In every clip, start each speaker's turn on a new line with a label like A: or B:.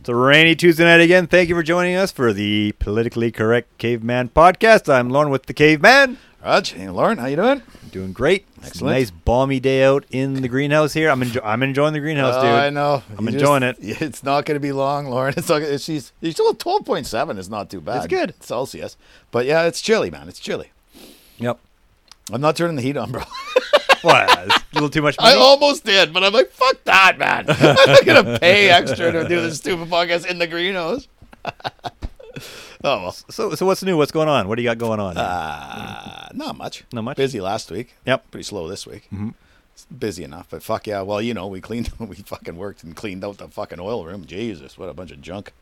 A: It's a rainy Tuesday night again. Thank you for joining us for the Politically Correct Caveman podcast. I'm Lauren with the Caveman.
B: Raj, hey Lauren, how you doing?
A: Doing great. It's a
B: Excellent.
A: nice balmy day out in the greenhouse here. I'm enjo- I'm enjoying the greenhouse,
B: Oh,
A: dude.
B: I know.
A: I'm enjoying it.
B: it. It's not going to be long, Lauren. It's not. It's, she's she's still at twelve point seven. It's not too bad.
A: It's good.
B: Celsius, but yeah, it's chilly, man. It's chilly.
A: Yep.
B: I'm not turning the heat on, bro.
A: What? It's a little too much
B: I
A: money.
B: almost did, but I'm like, fuck that, man. I'm not going to pay extra to do this stupid podcast in the greenhouse. oh well,
A: so so what's new? What's going on? What do you got going on?
B: uh, not much.
A: Mm-hmm. Not much?
B: Busy last week.
A: Yep.
B: Pretty slow this week.
A: Mm-hmm.
B: It's busy enough, but fuck yeah. Well, you know, we cleaned, we fucking worked and cleaned out the fucking oil room. Jesus, what a bunch of junk.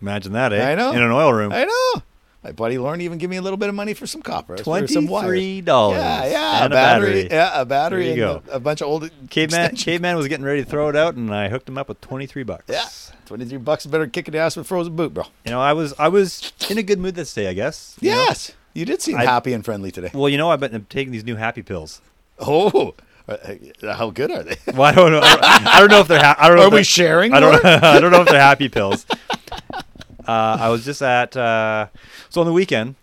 A: Imagine that, eh?
B: I know.
A: In an oil room.
B: I know. My buddy Lauren even gave me a little bit of money for some copper. for some wires.
A: Twenty-three dollars.
B: Yeah, yeah,
A: And a battery.
B: Yeah, a battery
A: There you
B: and
A: go.
B: A, a bunch of old
A: Caveman,
B: extension-
A: caveman was getting ready to throw it out, and I hooked him up with twenty-three bucks.
B: Yeah. 23 bucks better kick in the ass with frozen boot, bro.
A: You know, I was I was in a good mood this day, I guess. you know?
B: Yes. You did seem
A: I-
B: happy and friendly today.
A: Well, you know, I've been taking these new happy pills.
B: Oh, uh, uh, how good are they?
A: Well, I don't know. I don't, I don't know if they're. Ha- I don't know.
B: Are
A: if
B: we
A: they're-
B: sharing?
A: I don't.
B: Lauren?
A: I don't know if they're happy pills. Uh, I was just at. Uh, so on the weekend,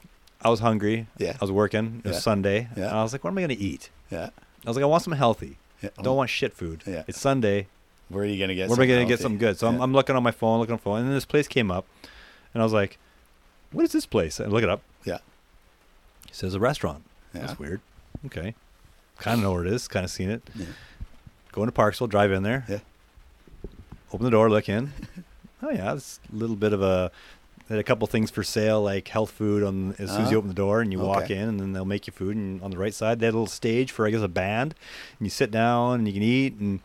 A: I was hungry.
B: Yeah.
A: I was working. It was
B: Yeah.
A: Sunday.
B: Yeah.
A: And I was like, what am I going to eat?
B: Yeah.
A: I was like, I want something healthy.
B: Yeah.
A: Don't want shit food.
B: Uh-huh. Yeah.
A: It's Sunday.
B: Where are you going to get
A: Where am I
B: something
A: going to get
B: healthy?
A: something good? So I'm,
B: Yeah.
A: I'm looking on my phone, looking on my phone, and then this place came up, and I was like, what is this place? And I look it up.
B: Yeah.
A: It says a restaurant.
B: Yeah.
A: That's weird. Okay. Kind of know where it is. Kind of seen it.
B: Yeah.
A: Go into Parksville, drive in there.
B: Yeah.
A: Open the door, look in. oh yeah, it's a little bit of a. They had a couple things for sale, like health food. On as soon as
B: Uh-huh.
A: you open the door and you walk
B: Okay.
A: in, and then they'll make you food. And on the right side, they had a little stage for I guess a band, and you sit down and you can eat. And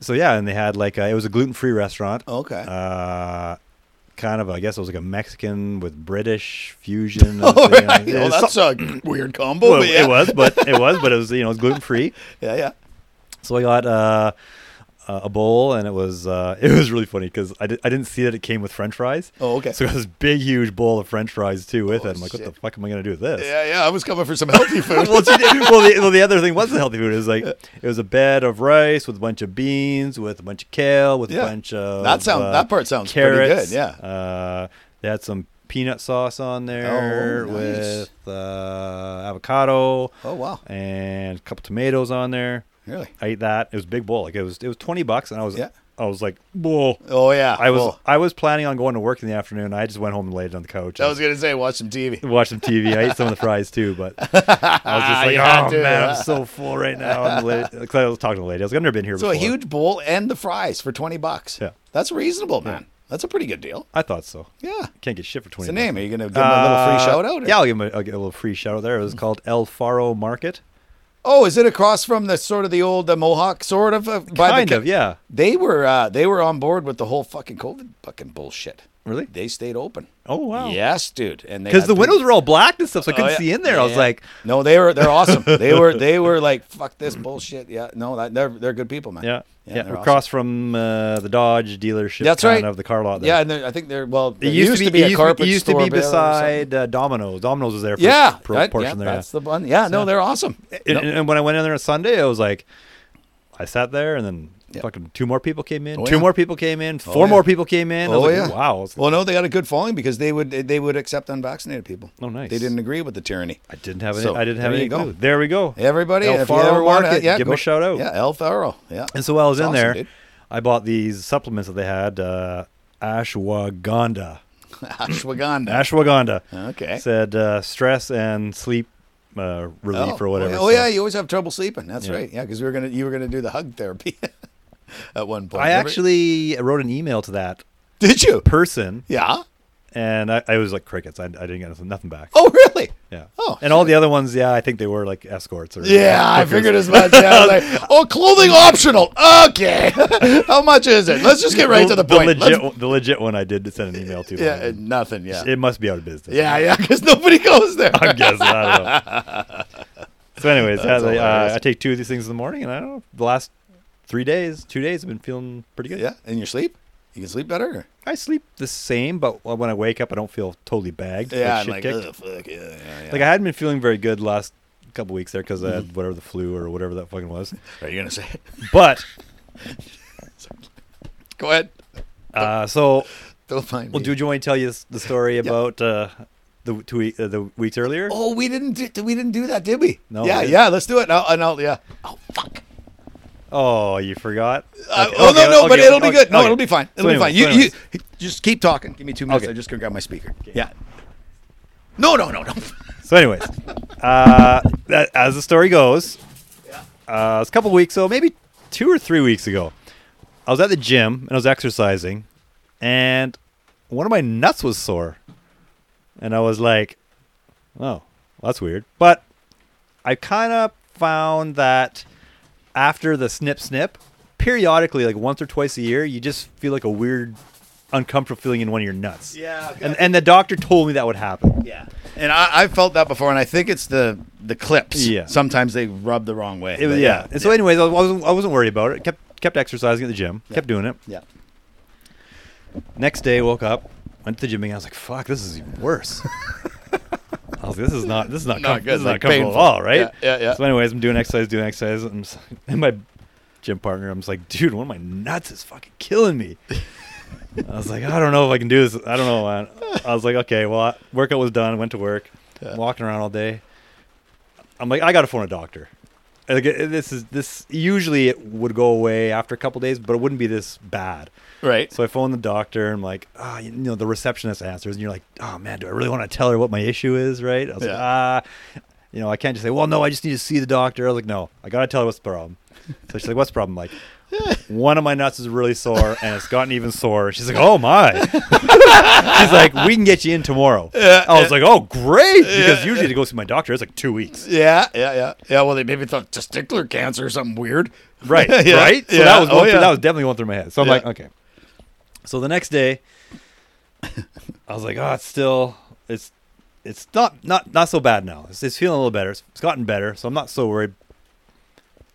A: so yeah, and they had like a, it was a gluten free restaurant.
B: Okay.
A: Uh, kind of I guess it was like a Mexican with British fusion. of
B: All
A: the-
B: Oh, right.
A: yeah,
B: Well,
A: some-
B: that's a weird combo.
A: well,
B: but yeah.
A: it was, but it was, but it was you know it was gluten free.
B: Yeah, yeah.
A: So I got uh, a a bowl, and it was uh, it was really funny because I, di- I didn't see that it came with French fries.
B: Oh, okay.
A: So I got this big, huge bowl of French fries too with
B: Oh,
A: it. I'm like, what
B: shit.
A: the fuck am I gonna do with this?
B: Yeah, yeah. I was coming for some healthy food.
A: well, she did- well, the, well, the other thing was the healthy food. It was like it was a bed of rice with a bunch of beans, with a bunch of kale, with a
B: Yeah.
A: bunch of
B: That sound-
A: uh,
B: that part sounds pretty good,
A: carrots.
B: yeah.
A: Uh, they had some peanut sauce on there
B: Oh, nice.
A: with uh, avocado
B: oh, wow.
A: and a couple tomatoes on there.
B: Really?
A: I ate that. It was a big bowl. Like it was it was twenty bucks, and I was
B: Yeah.
A: I was like, whoa.
B: Oh, yeah.
A: I was
B: Well,
A: I was planning on going to work in the afternoon. I just went home and laid on the couch.
B: I
A: and
B: was going to say, watch some TV.
A: watched some TV. I ate some of the fries too, but I was just like,
B: You had
A: oh
B: to,
A: man, I'm
B: huh?"
A: so full right now. Because I was talking to the lady. I was like, I've never been here
B: So
A: before.
B: a huge bowl and the fries for twenty bucks.
A: Yeah.
B: that's reasonable, man. That's a pretty good deal.
A: I thought so.
B: Yeah.
A: Can't get shit for twenty.
B: What's the
A: bucks.
B: name? Are you going to give them a little free
A: Uh,
B: shout out? or- Mm-hmm.
A: Yeah, I'll give him a, I'll give a little free shout out there. It was called El Faro Market.
B: Oh, is it across from the sort of the old uh, Mohawk sort of? Uh, by
A: kind
B: the, ca-
A: of, yeah.
B: They were uh, they were on board with the whole fucking COVID fucking bullshit.
A: Really?
B: They stayed open.
A: Oh wow.
B: Yes, dude. And they
A: Because
B: had
A: the
B: people-
A: windows were all blacked and stuff, so I
B: Oh,
A: couldn't
B: yeah.
A: see in there. I was
B: Yeah.
A: like,
B: no, they were they're awesome. they were they were like fuck this bullshit. Yeah, no, that, they're they're good people, man.
A: Yeah, yeah,
B: they're awesome.
A: across from uh, the Dodge dealership.
B: That's
A: kind
B: right.
A: of the car lot. There.
B: Yeah, and they're- I think they're well.
A: it used, to be, it
B: a
A: used to be-
B: carpet
A: It used to
B: store
A: be
B: there or something.
A: beside uh, Domino's. Domino's was there for
B: Yeah,
A: for a
B: that-
A: portion
B: yeah,
A: there.
B: That's the one. Yeah, no, they're awesome.
A: And,
B: No.
A: and- and when I went in there on Sunday, it was like I sat there, and then
B: Yeah.
A: fucking two more people came in.
B: Oh,
A: Two
B: yeah. Oh,
A: more people came in. Four
B: yeah.
A: more people came in. I
B: Oh,
A: was
B: yeah.
A: like, wow. I was like,
B: Well, no, they had a good following because they would they would accept unvaccinated people.
A: Oh, nice.
B: They didn't agree with the tyranny.
A: I didn't have any.
B: So,
A: I didn't have
B: there
A: any
B: you go.
A: clue. There we go.
B: Everybody,
A: El
B: if you
A: Faro
B: ever want
A: Market,
B: to, yeah,
A: give 'em
B: go-
A: a shout out.
B: Yeah, El Faro. Yeah.
A: And so while I was
B: It's
A: in
B: awesome,
A: there,
B: dude.
A: I bought these supplements that they had. Uh, ashwagandha.
B: Ashwagandha.
A: Ashwagandha.
B: Okay.
A: Said uh, stress and sleep uh, relief or whatever.
B: Oh
A: so-
B: yeah, you always have trouble sleeping. That's
A: Yeah.
B: right. Yeah, because we were gonna you were gonna do the hug therapy at one point.
A: I
B: Remember?
A: actually wrote an email to that
B: did you?
A: person,
B: Yeah.
A: and I, I was like crickets. I, I didn't get nothing, nothing back.
B: Oh really?
A: Yeah.
B: Oh,
A: and all the other ones, yeah, I think they were like escorts or
B: Yeah, I
A: hookers.
B: figured as much. Yeah, I was like, oh, clothing optional. Okay, how much is it? Let's just get right to the point.
A: The
B: Let's-
A: legit, one- the legit one, I did send an email to.
B: yeah,
A: but
B: uh, nothing. Yeah,
A: it must be out of business.
B: yeah, yeah, because nobody goes there.
A: I'm guessing. I don't know. So, anyways, yeah, they, uh,
B: hilarious.
A: I take two of these things in the morning, and I don't know. The last three days, two days, I've been feeling pretty good.
B: Yeah, in your sleep, you can sleep better. or-
A: I sleep the same, but when I wake up, I don't feel totally bagged.
B: Yeah,
A: like, shit
B: like,
A: kicked.
B: ugh, fuck, yeah, yeah, Mm-hmm. yeah.
A: Like I hadn't been feeling very good last couple weeks there because I had whatever the flu or whatever that fucking was.
B: Are you gonna say?
A: But
B: Go ahead.
A: Uh, so,
B: Don't mind
A: well,
B: me.
A: do you want me to tell you s- the story about uh, the two week, uh, the weeks earlier?
B: Oh, we didn't do, we didn't do that, did we?
A: No,
B: Yeah,
A: we didn't.
B: yeah. Let's do it. No, uh, no, yeah. Oh fuck.
A: Oh, you forgot?
B: Uh,
A: Okay,
B: oh no,
A: okay,
B: no,
A: okay,
B: but it'll be
A: okay,
B: good. No,
A: okay.
B: it'll be fine.
A: So
B: It'll
A: anyway,
B: be fine.
A: so
B: You,
A: anyways,
B: you just keep talking. Give me two minutes.
A: Okay.
B: I just gonna grab my speaker. Yeah. No, no, no, no.
A: So, anyways, uh, that, as the story goes, uh, it was a couple weeks, so maybe two or three weeks ago, I was at the gym and I was exercising, and one of my nuts was sore, and I was like, "Oh, well, that's weird." But I kind of found that after the snip snip, periodically, like once or twice a year, you just feel like a weird, uncomfortable feeling in one of your nuts.
B: Yeah, okay.
A: and and the doctor told me that would happen.
B: yeah. And I, I've felt that before, and I think it's the the clips.
A: Yeah.
B: Sometimes they rub the wrong way.
A: It was,
B: but
A: yeah. And so, anyways, I wasn't, I wasn't worried about it. Kept kept exercising at the gym. Kept doing it.
B: yeah.
A: Next day, woke up, went to the gym again. I was like, "Fuck, this is even worse." I was like, "This is not this is not,
B: Not
A: com-
B: good,
A: this is
B: like
A: not comfortable
B: painful.
A: at all, right?"
B: Yeah, yeah, yeah.
A: So, anyways, I'm doing exercise, doing exercise, and, I'm s- and my gym partner, I'm just like, "Dude, one of my nuts is fucking killing me." I was like, "I don't know if I can do this. I don't know." Man. I was like, "Okay, well, I- workout was done. Went to work,
B: Yeah.
A: walking around all day." I'm like, "I got to phone a doctor." Like it- this is this usually it would go away after a couple days, but it wouldn't be this bad.
B: Right.
A: So I phone the doctor and I'm like, ah, you know, the receptionist answers, and you're like, oh man, do I really want to tell her what my issue is, right? I was like,
B: Yeah.
A: ah, you know, I can't just say, well, no, I just need to see the doctor. I was like, no, I gotta tell her what's the problem. So she's like, what's the problem? I'm like, one of my nuts is really sore, and it's gotten even sore. She's like, oh my. she's like, we can get you in tomorrow. I was like, oh great, because usually to go see my doctor, it's like two weeks.
B: Yeah, yeah, yeah, yeah. Well, they maybe thought testicular cancer or something weird.
A: Right,
B: Yeah,
A: right. So
B: yeah,
A: that was
B: oh,
A: going through-
B: yeah.
A: that was definitely going through my head. So I'm
B: Yeah.
A: like, okay. So the next day, I was like, oh, it's still it's it's not not not so bad now. It's, it's feeling a little better. It's, it's gotten better, so I'm not so worried.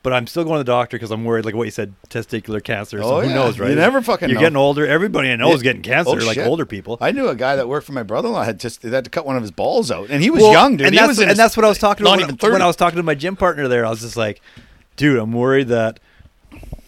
A: But I'm still going to the doctor because I'm worried, like what you said, testicular cancer. So
B: Oh,
A: who
B: yeah.
A: knows,
B: You
A: right?
B: never fucking
A: You're
B: know.
A: getting older. Everybody I know
B: Yeah.
A: is getting cancer,
B: Oh,
A: like
B: shit.
A: older people.
B: I knew a guy that worked for my brother-in-law had just had to cut one of his balls out, and he was
A: Well,
B: young, dude.
A: And,
B: he
A: that's,
B: was in
A: and
B: his-
A: that's what I was talking
B: not
A: about
B: even
A: when,
B: 30.
A: when I was talking to my gym partner there. I was just like, dude, I'm worried that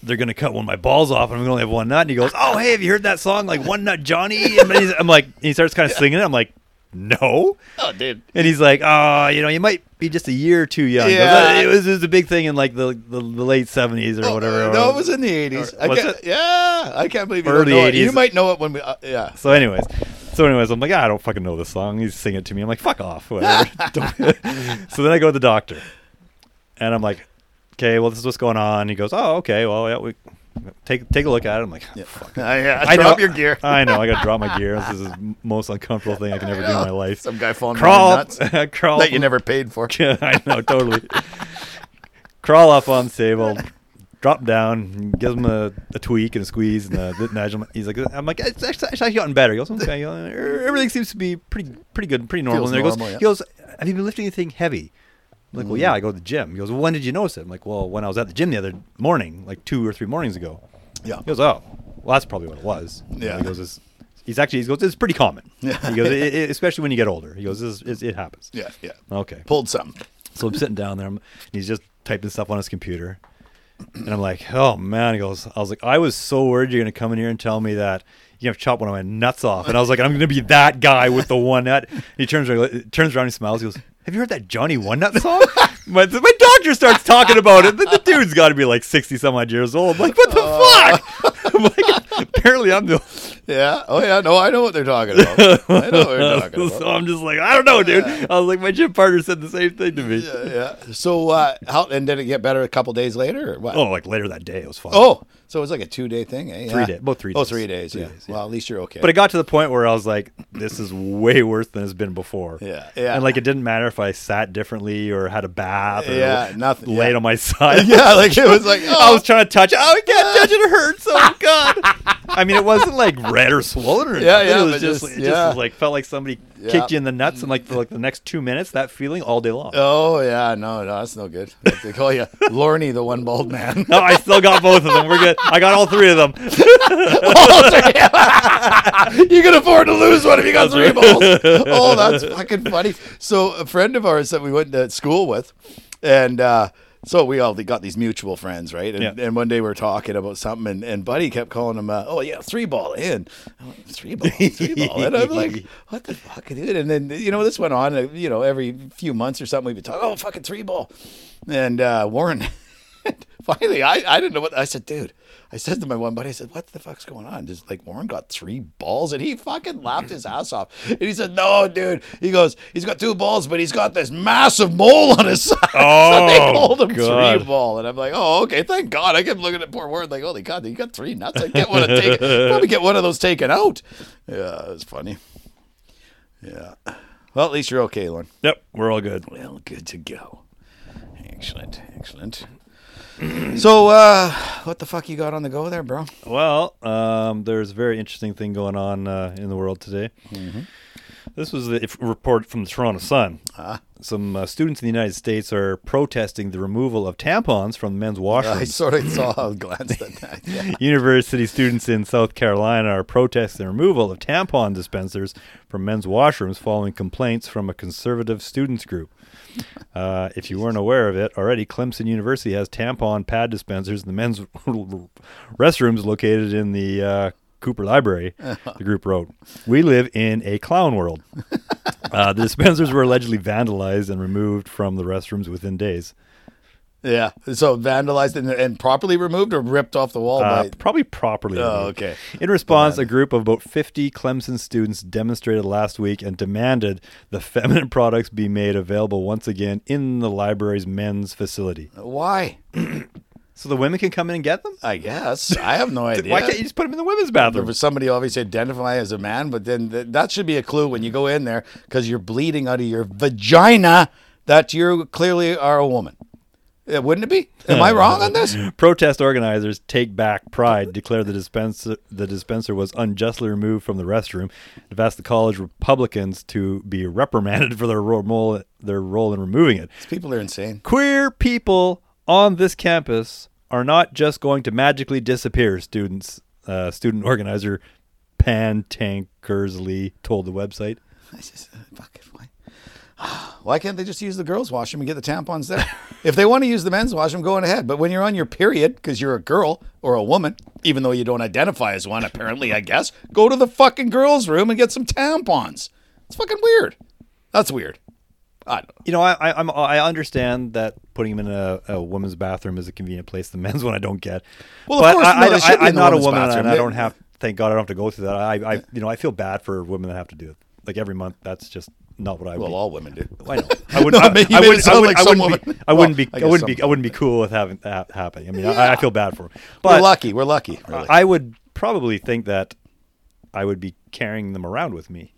A: they're going to cut one of my balls off and I'm going to only have one nut. And he goes, oh, hey, have you heard that song, like One Nut Johnny? And he's, I'm like, and he starts kind of singing it. I'm like, no.
B: Oh, dude.
A: And he's like, oh, you know, you might be just a year or two young. He goes,
B: Yeah. Oh,
A: "Uh, It was, it was a big thing in like the, the, the late 70s or whatever.
B: uh, No, it was in the eighties.
A: was it?
B: Yeah, I can't believe you
A: Early
B: don't know it. You
A: 80s.
B: might know it when we. Uh, yeah.
A: So, anyways, so anyways, I'm like, "Ah, I don't fucking know this song. He's singing it to me. I'm like, fuck off, whatever. Don't- so then I go to the doctor, and I'm like, okay, well, this is what's going on. He goes, oh, okay, well, yeah, we take take a look at it. I'm like, fuck.
B: yeah.
A: I
B: drop
A: know- Uh,
B: your gear.
A: I know. I got to drop my gear. This is the most uncomfortable thing I can ever do in my life.
B: Some guy falling
A: Crawl,
B: nuts
A: crawl.
B: that you never paid for.
A: I know, totally. Crawl up on the table, drop down, gives him a, a tweak and a squeeze and a bit nudge. He's like, I'm like, it's actually, it's actually gotten better. He goes, okay, uh, everything seems to be pretty, pretty good, and pretty normal.
B: Feels
A: and there he goes,
B: normal, yeah. Mm.
A: he goes, have you been lifting anything heavy? I'm like, well, yeah, I go to the gym. He goes, well, when did you notice it? I'm like, well, when I was at the gym the other morning, like two or three mornings ago.
B: Yeah.
A: He goes, oh, well, that's probably what it was.
B: Yeah.
A: He goes, it's, he's actually, he goes, it's pretty common.
B: Yeah.
A: He goes, "It- it- especially when you get older. He goes, this is, it happens.
B: Yeah, yeah.
A: Okay.
B: Pulled something.
A: So I'm sitting down there, I'm, and he's just typing stuff on his computer, and I'm like, "Oh man!" He goes, "I was like, I was so worried you're gonna come in here and tell me that you have chopped one of my nuts off," and I was like, "I'm gonna be that guy with the one nut." And he turns around, turns around, and smiles. He goes, "Have you heard that Johnny One Nut song?" my, my doctor starts talking about it. The, the dude's got to be like sixty some odd years old. I'm like, what the
B: Oh.
A: fuck? I'm like, apparently I'm the
B: Yeah. Oh yeah. No, I know what they're talking about. I know what they're talking
A: so
B: about.
A: I'm just like, I don't know, dude. I was like, my gym partner said the same thing to me.
B: Yeah, yeah. So uh, how and did it get better a couple days later or what?
A: Oh, like later that day, it was fun.
B: Oh, so it was like a two day thing, eh?
A: Three
B: Yeah.
A: day- about three
B: Oh,
A: days.
B: three days.
A: Three
B: yeah.
A: days,
B: Well, at least you're okay.
A: But it got to the point where I was like, this is way worse than it's been before.
B: Yeah, yeah.
A: And like, it didn't matter if I sat differently or had a bath or
B: Yeah, nothing,
A: laid
B: yeah.
A: on my side.
B: yeah, like it was like
A: I
B: oh,
A: was trying to touch it. Oh, I can't touch it. It hurts. Oh, God. I mean, it wasn't like red or swollen or
B: Yeah,
A: nothing.
B: yeah,
A: It was
B: but
A: just,
B: just-
A: it
B: yeah.
A: just was like, felt like somebody
B: Yeah.
A: kicked you in the nuts and like for like the next two minutes, that feeling all day long.
B: oh yeah, no, no, that's no good. Like, they call you Lorne, the one bald man.
A: No, I still got both of them. We're good. I got all three of them.
B: you can afford to lose one if you got three balls. Oh, that's fucking funny. So a friend of ours that we went to school with, and uh, So we all got these mutual friends, right? And,
A: Yeah.
B: and one day we were talking about something, and, and Buddy kept calling him, uh, "Oh yeah, three ball in, I'm like, three ball, three ball." And I'm like, "What the fuck, dude?" And then you know this went on, uh, you know, every few months or something, we'd be talking, "Oh fucking three ball," and uh, Warren. Finally, I, I didn't know what I said, dude. I said to my one buddy, I said, "What the fuck's going on?" Just like Warren got three balls, and he fucking laughed his ass off. And he said, "No, dude." He goes, "He's got two balls, but he's got this massive mole on his side." so they
A: Oh,
B: called him
A: God.
B: three ball, and I'm like, "Oh, okay, thank God." I kept looking at poor Warren like, "Holy God, you got three nuts? I get one to take, probably get one of those taken out." Yeah, it was funny. Yeah. Well, at least you're okay, Lauren.
A: Yep, we're all good.
B: Well, good to go. Excellent, excellent. so, uh, what the fuck you got on the go there, bro?
A: Well, um, there's a very interesting thing going on uh, in the world today. This was the if- report from the Toronto Sun. Some uh, students in the United States are protesting the removal of tampons from men's
B: I
A: washrooms.
B: sort of saw a glance at that. Yeah.
A: University students in South Carolina are protesting the removal of tampon dispensers from men's washrooms following complaints from a conservative students group. Uh, if you weren't aware of it already, Clemson University has tampon pad dispensers in the men's restrooms located in the uh, Cooper Library, the group wrote. We live in a clown world. Uh, the dispensers were allegedly vandalized and removed from the restrooms within days.
B: Yeah. So vandalized and, and properly removed or ripped off the wall
A: Uh,
B: by.
A: Probably properly.
B: Oh,
A: removed.
B: okay.
A: In response, a group of about 50 Clemson students demonstrated last week and demanded the feminine products be made available once again in the library's men's facility.
B: Why?
A: So the women can come in and get them?
B: I guess I have no idea.
A: Why can't you just put them in the women's
B: there
A: bathroom?
B: was somebody obviously identify as a man, but then th- that should be a clue when you go in there because you're bleeding out of your vagina that you clearly are a woman. Uh, Wouldn't it be? Am I wrong on this?
A: Protest organizers take back pride, declare the dispenser the dispenser was unjustly removed from the restroom, and have asked the college Republicans to be reprimanded for their role their role in removing it.
B: People are insane.
A: Queer people on this campus are not just going to magically disappear, students. Uh, student organizer Pan Tankersley told the website.
B: I just- uh, fucking why? Why can't they just use the girls' washroom and get the tampons there? if they want to use the men's washroom, go on ahead. But when you're on your period, because you're a girl or a woman, even though you don't identify as one, apparently, I guess, go to the fucking girls' room and get some tampons. It's fucking weird. That's weird. I don't know.
A: You know, I I, I'm, I understand that putting them in a, a woman's bathroom is a convenient place. The men's one I don't get.
B: Well, of
A: But
B: course,
A: I,
B: no,
A: I,
B: they should be in
A: I, am
B: the
A: not a
B: women's
A: woman, and
B: bathroom.
A: I
B: They-
A: don't have. Thank God, I don't have to go through that. I, I you know, I feel bad for women that have to do it like every month. That's just not what I.
B: Well,
A: would.
B: all women do.
A: I know. I wouldn't.
B: No,
A: I,
B: I mean, you
A: I
B: made it
A: wouldn't. I
B: sound
A: wouldn't,
B: like
A: I
B: some
A: wouldn't be.
B: woman.
A: I wouldn't be.
B: Well, I
A: I
B: guess
A: wouldn't be.
B: some
A: I wouldn't be cool with having that happening. I mean, I, I
B: Yeah.
A: feel bad for him,
B: We're
A: but
B: lucky. We're lucky. We're lucky.
A: I would probably think that I would be carrying them around with me,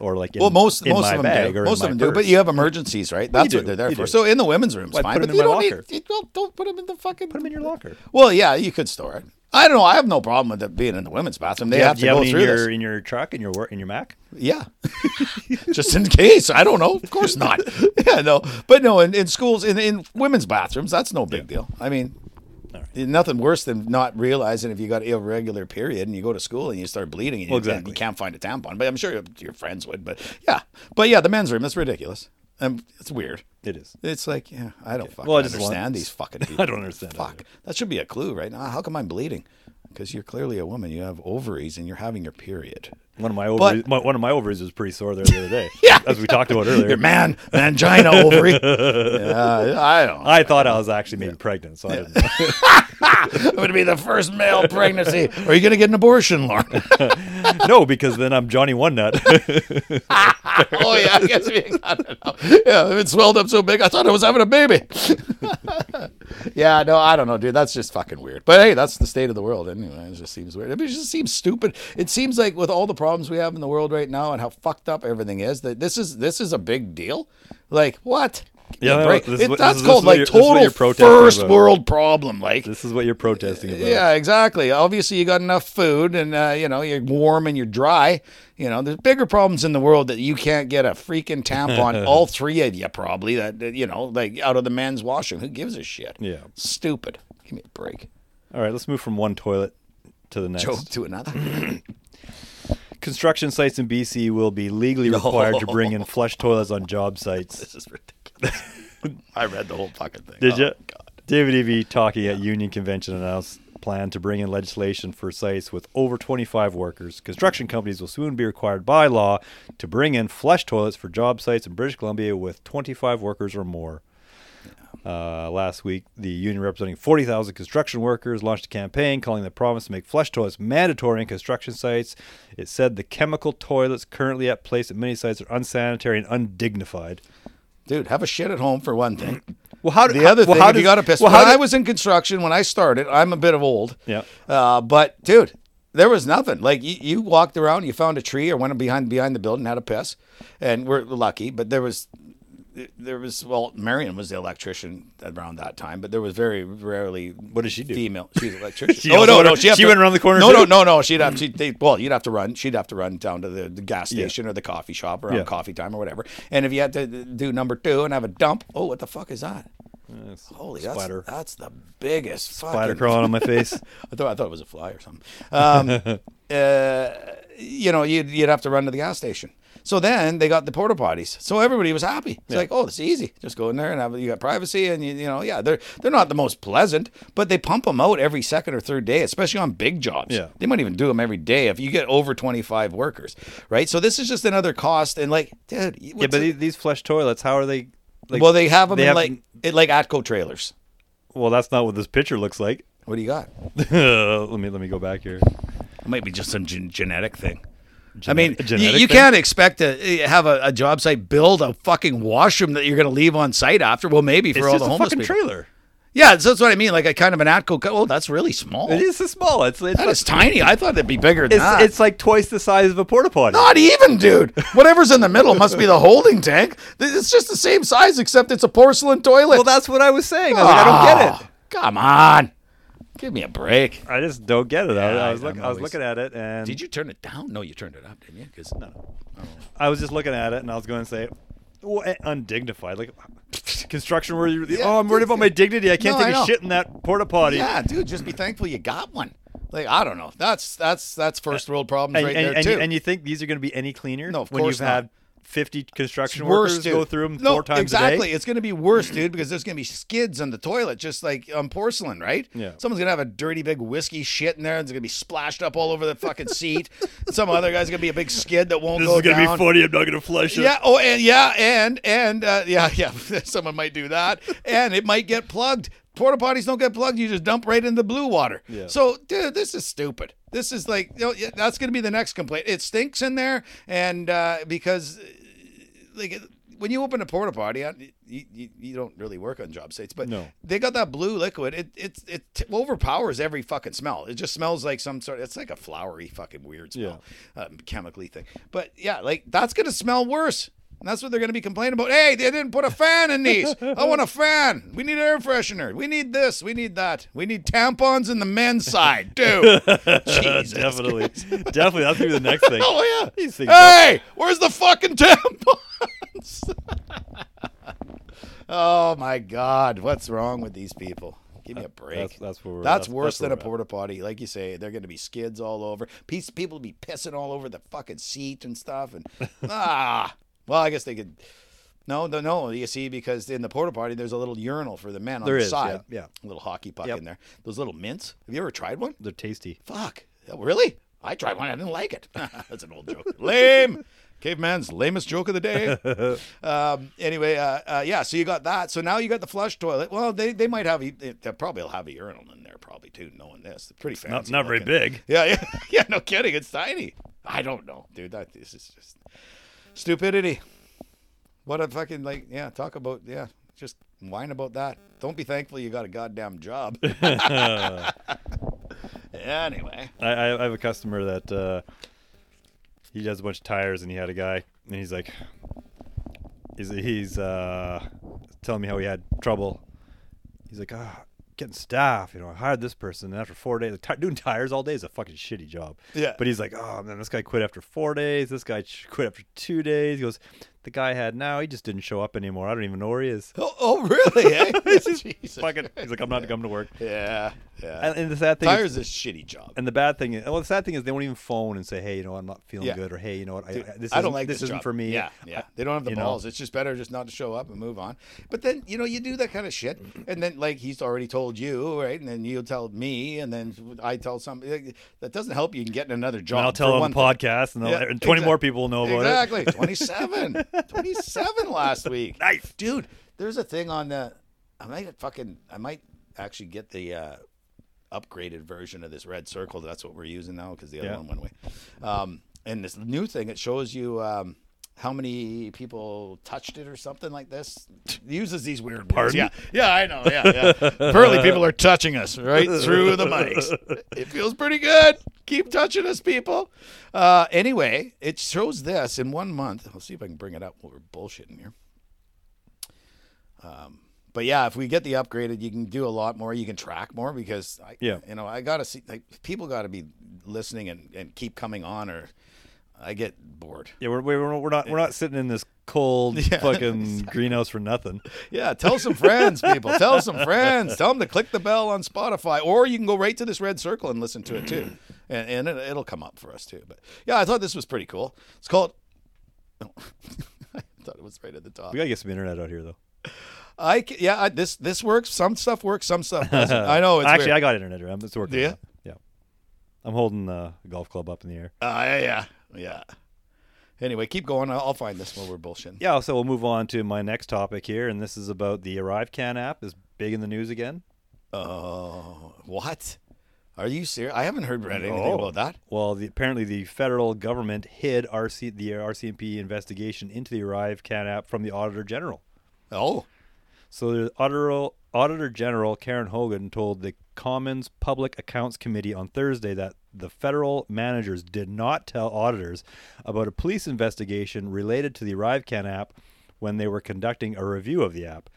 A: or like in,
B: well, most
A: in
B: most
A: my
B: of them
A: bag
B: do.
A: or
B: Most
A: in
B: of
A: my
B: them do. But
A: purse.
B: you have emergencies, right? That's
A: do.
B: what they're there
A: You
B: for.
A: do.
B: So in the women's room, it's
A: Why,
B: fine.
A: put
B: but
A: 'em in
B: you
A: my
B: don't
A: locker.
B: need. You don't, don't put them in the fucking.
A: put them in your locker.
B: Well, yeah, you could store it. I don't know. I have no problem with it being in the women's bathroom. They
A: Do you
B: have
A: do
B: to
A: you
B: go
A: any
B: through
A: in your
B: this.
A: in your truck in your work in your Mac.
B: Yeah, just in case. I don't know. Of course not. yeah, no. But no, in, in schools, in in women's bathrooms, that's no big deal. I mean. Nothing worse than not realizing if you got irregular period and you go to school and you start bleeding and you,
A: Well,
B: and
A: exactly.
B: you can't find a tampon. But I'm sure your, your friends would. But yeah, but yeah, the men's room. That's ridiculous. Um, it's weird.
A: It is.
B: It's like, yeah, I don't fucking
A: Well, I just want-
B: understand these fucking people.
A: I don't understand that
B: Fuck. That should be a clue, right? Now, how come I'm bleeding? Because you're clearly a woman. You have ovaries and you're having your period.
A: One of my ovaries, my, one of my ovaries was pretty sore there the other day.
B: Yeah.
A: as we talked about earlier.
B: Your man, mangina ovary. yeah, I don't.
A: I thought I was actually maybe pregnant, so I didn't. know.
B: I'm going to be the first male pregnancy. Are you going to get an abortion, Lauren?
A: no, because then I'm Johnny One Nut.
B: oh yeah, I guess we got it. out. Yeah, it swelled up so big, I thought I was having a baby. yeah, no, I don't know, dude. That's just fucking weird. But hey, that's the state of the world anyway. It just seems weird. I mean, It just seems stupid. It seems like with all the problems we have in the world right now and how fucked up everything is, that this is this is a big deal. Like what? Give me a
A: Yeah, I know.
B: break.
A: This is
B: It-
A: what-
B: that's
A: this is- this
B: called
A: is what
B: like
A: you're- this is what
B: total
A: you're protesting
B: first
A: about.
B: world problem. Like
A: this is what you're protesting about.
B: yeah, exactly. Obviously, you got enough food, and uh, you know you're warm and you're dry. You know, there's bigger problems in the world that you can't get a freaking tampon. all three of you probably that that, you know, like out of the men's washroom. Who gives a shit?
A: Yeah.
B: stupid. Give me a break.
A: All right, let's move from one toilet to the next.
B: Joke to another.
A: Construction sites in BC will be legally required to bring in flush toilets on job sites.
B: this is ridiculous. I read the whole fucking thing.
A: Did
B: Oh,
A: you?
B: God.
A: David Eby talking at union convention announced plan to bring in legislation for sites with over 25 workers. Construction companies will soon be required by law to bring in flush toilets for job sites in British Columbia with 25 workers or more. Uh, last week, the union representing 40,000 construction workers launched a campaign calling the province to make flush toilets mandatory in construction sites. It said the chemical toilets currently at place at many sites are unsanitary and undignified.
B: Dude, have a shit at home for one thing.
A: Well, how do-
B: the other
A: well,
B: thing?
A: how
B: if you
A: does-
B: got a piss.
A: well, how
B: when
A: do-
B: I was in construction when I started, I'm a bit of old.
A: Yeah.
B: Uh, but dude, there was nothing. Like you, you walked around, you found a tree or went behind behind the building, had a piss, and we're lucky. But there was, there was. Well, Marion was the electrician around that time, but there was very rarely. What
A: did she do?
B: Female. She's an electrician.
A: She
B: Oh, no,
A: also
B: no,
A: went-
B: no. She,
A: she went around the corner
B: No,
A: too?
B: no, no, no. She'd have. She'd, they, well, you'd have to run. She'd have to run down to the, the gas station or the coffee shop around
A: Yeah.
B: coffee time or whatever. And if you had to do number two and have a dump, oh, what the fuck is that? Holy, that's,
A: Spider.
B: that's the biggest
A: Spider
B: fucking
A: crawling on my face.
B: I thought I thought it was a fly or something. Um, uh, you know, you'd you'd have to run to the gas station. So then they got the porta potties. So everybody was happy. It's like, oh, this is easy. Just go in there and have you got privacy, and you, you know, yeah, they're they're not the most pleasant, but they pump them out every second or third day, especially on big jobs.
A: Yeah.
B: they might even do them every day if you get over twenty five workers, right? So this is just another cost, and like, dude,
A: Yeah,
B: what's
A: but
B: it-
A: these, these flush toilets, how are they? Like,
B: well, they have them
A: they
B: in
A: have-
B: like it like Atco trailers.
A: well, that's not what this picture looks like.
B: What do you got?
A: let me let me go back here.
B: It might be just some gen- genetic thing. I
A: Gene-
B: mean,
A: a
B: y-
A: genetic
B: you
A: thing?
B: can't expect to uh, have a, a job site build a fucking washroom that you're going to leave on site after. Well, maybe for
A: It's
B: all the
A: just a
B: homeless
A: fucking
B: people.
A: trailer.
B: Yeah, so that's what I mean. Like a kind of an Atco. Co- oh, that's really small.
A: It is so small. It's it's,
B: That is tiny. I thought it'd be bigger than
A: it's,
B: that.
A: it's like twice the size of a porta potty.
B: not even, dude. Whatever's in the middle must be the holding tank. Th- It's just the same size, except it's a porcelain toilet. Ah,
A: Well, that's what I was saying. I, mean, I don't get it.
B: Come on, give me a break.
A: Ah. I just don't get it. I,
B: Yeah,
A: I was
B: I'm
A: look, I
B: always-
A: was looking at it, and
B: Did you turn it down? No, you turned it up, didn't you? Because
A: I was just looking at it, and I was going to say, "Wha- undignified, like construction. Where you,
B: Yeah,
A: oh, I'm worried
B: dude,
A: about my dignity. I can't
B: No, I
A: take a
B: know.
A: shit in that porta potty.
B: Yeah, dude, just be thankful you got one. Like I don't know, that's that's that's first world problems
A: and,
B: right
A: and,
B: there
A: and
B: too.
A: you, and you think these are going to be any cleaner?
B: No, of
A: when
B: course
A: you've
B: not.
A: had 50 construction
B: worse,
A: workers
B: dude.
A: go through them
B: no,
A: four times
B: exactly.
A: a day.
B: It's gonna be worse, dude, because there's gonna be skids on the toilet, just like on porcelain, right?
A: Yeah.
B: Someone's gonna have a dirty big whiskey shit in there, and it's gonna be splashed up all over the fucking seat. Some other guy's gonna be a big skid that won't
A: This
B: go
A: is going to
B: down.
A: be funny. I'm not going to flush it.
B: Yeah. Oh, and yeah, and and uh, yeah, yeah. Someone might do that, and it might get plugged. Porta potties don't get plugged. You just dump right into blue water.
A: Yeah.
B: So, dude, this is stupid. This is like you know, yeah, that's going to be the next complaint. It stinks in there, and uh, because uh, like when you open a porta potty, I- you, you, you don't really work on job sites, but
A: No.
B: they got that blue liquid. It it it t- overpowers every fucking smell. It just smells like some sort. It's like a flowery fucking weird smell, um, chemically thing. But yeah, like that's gonna smell worse. And that's what they're gonna be complaining about. Hey, they didn't put a fan in these. I want a fan. We need air freshener. We need this. We need that. We need tampons in the men's side too. Jesus.
A: definitely, definitely. That's gonna be the next thing.
B: Oh yeah.
A: These things are-
B: Hey, where's the fucking tampons? oh my God, what's wrong with these people? Give me a break.
A: that's- that's where we're-
B: That's
A: uh, that's-
B: worse
A: that's where
B: than a
A: we're at.
B: porta potty, like you say. They're going to be skids all over. Piece people be pissing all over the fucking seat and stuff. And ah, well, I guess they could. No, no, no. You see, because in the porta potty, there's a little urinal for the men on
A: There
B: the
A: is,
B: side.
A: yeah, yeah.
B: A little hockey puck
A: Yep.
B: in there. Those little mints. Have you ever tried one?
A: They're tasty.
B: Fuck. Oh, Really? I tried one. I didn't like it. That's an old joke. Lame. Caveman's lamest joke of the day. um, anyway, uh, uh, yeah. So you got that. So now you got the flush toilet. Well, they, they might have a, they probably will have a urinal in there probably too. Knowing this, pretty
A: Not
B: fancy.
A: not very
B: looking.
A: big.
B: Yeah, yeah, yeah. No kidding. It's tiny. I don't know, dude. That this is just stupidity. What a fucking like. Yeah, talk about yeah. Just whine about that. Don't be thankful you got a goddamn job. anyway.
A: I, I I have a customer that uh, he does a bunch of tires, and he had a guy, and he's like, he's he's uh, telling me how he had trouble. He's like, ah, getting staff. You know, I hired this person, and after four days, ti doing tires all day is a fucking shitty job.
B: Yeah.
A: But he's like, oh man, this guy quit after four days. This guy ch- quit after two days. He goes, the guy I had now, he just didn't show up anymore. I don't even know where he is.
B: Oh, oh really? Eh?
A: He's just
B: Jesus.
A: fucking. He's like, I'm not coming to work.
B: Yeah. Yeah.
A: And, and the sad thing, is,
B: Tires a shitty job.
A: and the bad thing, is, well, the sad thing is, they won't even phone and say, hey, you know, I'm not feeling
B: Yeah.
A: good, or hey, you know what, I,
B: Dude,
A: I- this
B: I don't
A: isn't-
B: like
A: this,
B: this,
A: isn't
B: job.
A: for me.
B: Yeah, yeah. They don't have the
A: you know.
B: balls. It's just better just not to show up and move on. But then you know you do that kind of shit, and then like he's already told you, right? And then you'll tell me, and then I tell somebody. like, That doesn't help you get in another job.
A: And I'll
B: for
A: tell on
B: one
A: the
B: thing.
A: podcast, and, they'll-
B: Yeah,
A: and 20 more
B: exact-
A: people will know about it.
B: exactly. 27. 27 last week.
A: Nice.
B: Dude, there's a thing on the. I might fucking. I might actually get the uh, upgraded version of this red circle. That's what we're using now because the other
A: Yeah.
B: one went away. Um, and this new thing, it shows you. Um, how many people touched it or something like this? It uses these weird words.
A: Pardon?
B: Yeah, yeah, I know. Yeah, yeah. Apparently, people are touching us right through the mics. It feels pretty good. Keep touching us, people. Uh, anyway, it shows this in one month. I'll see if I can bring it up while we're bullshitting here. Um, But yeah, if we get the upgraded, you can do a lot more. You can track more because I,
A: Yeah.
B: you know, I gotta see like people gotta be listening and, and keep coming on, or I get bored.
A: Yeah, we're, we're, we're not we're not sitting in this cold
B: Yeah,
A: fucking greenhouse for nothing.
B: Yeah, tell some friends, people. Tell some friends. Tell them to click the bell on Spotify, or you can go right to this red circle and listen to it too, and, and it, it'll come up for us too. But yeah, I thought this was pretty cool. It's called. Oh, I thought it was right at the top.
A: We gotta get some internet out here though.
B: I ca- yeah, I, this this works. Some stuff works. Some stuff doesn't. I know it's
A: Actually,
B: weird.
A: I got internet. around. It's working.
B: Do ya?
A: now. Yeah. I'm holding the golf club up in the air.
B: Uh, yeah, yeah, yeah. Anyway, keep going. I'll, I'll find this while we're bullshitting.
A: Yeah, so we'll move on to my next topic here, and this is about the Arrive Can app is big in the news again.
B: Oh, what? Are you serious? I haven't heard read anything
A: No.
B: about that.
A: Well, the, apparently the federal government hid RC the RCMP investigation into the Arrive Can app from the Auditor General.
B: Oh,
A: So the Auditor, Auditor General Karen Hogan told the Commons Public Accounts Committee on Thursday that the federal managers did not tell auditors about a police investigation related to the ArriveCan app when they were conducting a review of the app.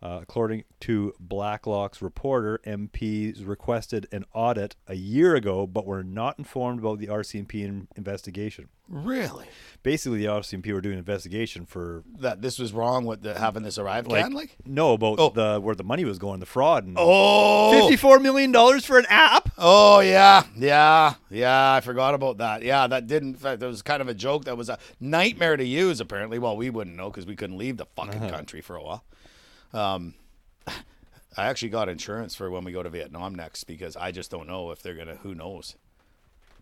A: Uh, according to Blacklock's reporter, MPs requested an audit a year ago but were not informed about the RCMP in- investigation.
B: really?
A: Basically, the RCMP were doing an investigation for
B: That this was wrong with the, having this arrive can like?
A: no about
B: Oh.
A: the where the money was going, the fraud. And
B: Oh,
A: Fifty-four million dollars for an app?
B: oh yeah, yeah, yeah. I forgot about that. Yeah, that didn't. In fact, that was kind of a joke. That was a nightmare to use. Apparently, well, we wouldn't know because we couldn't leave the fucking
A: Uh-huh.
B: country for a while. Um, I actually got insurance for when we go to Vietnam next because I just don't know if they're gonna. Who knows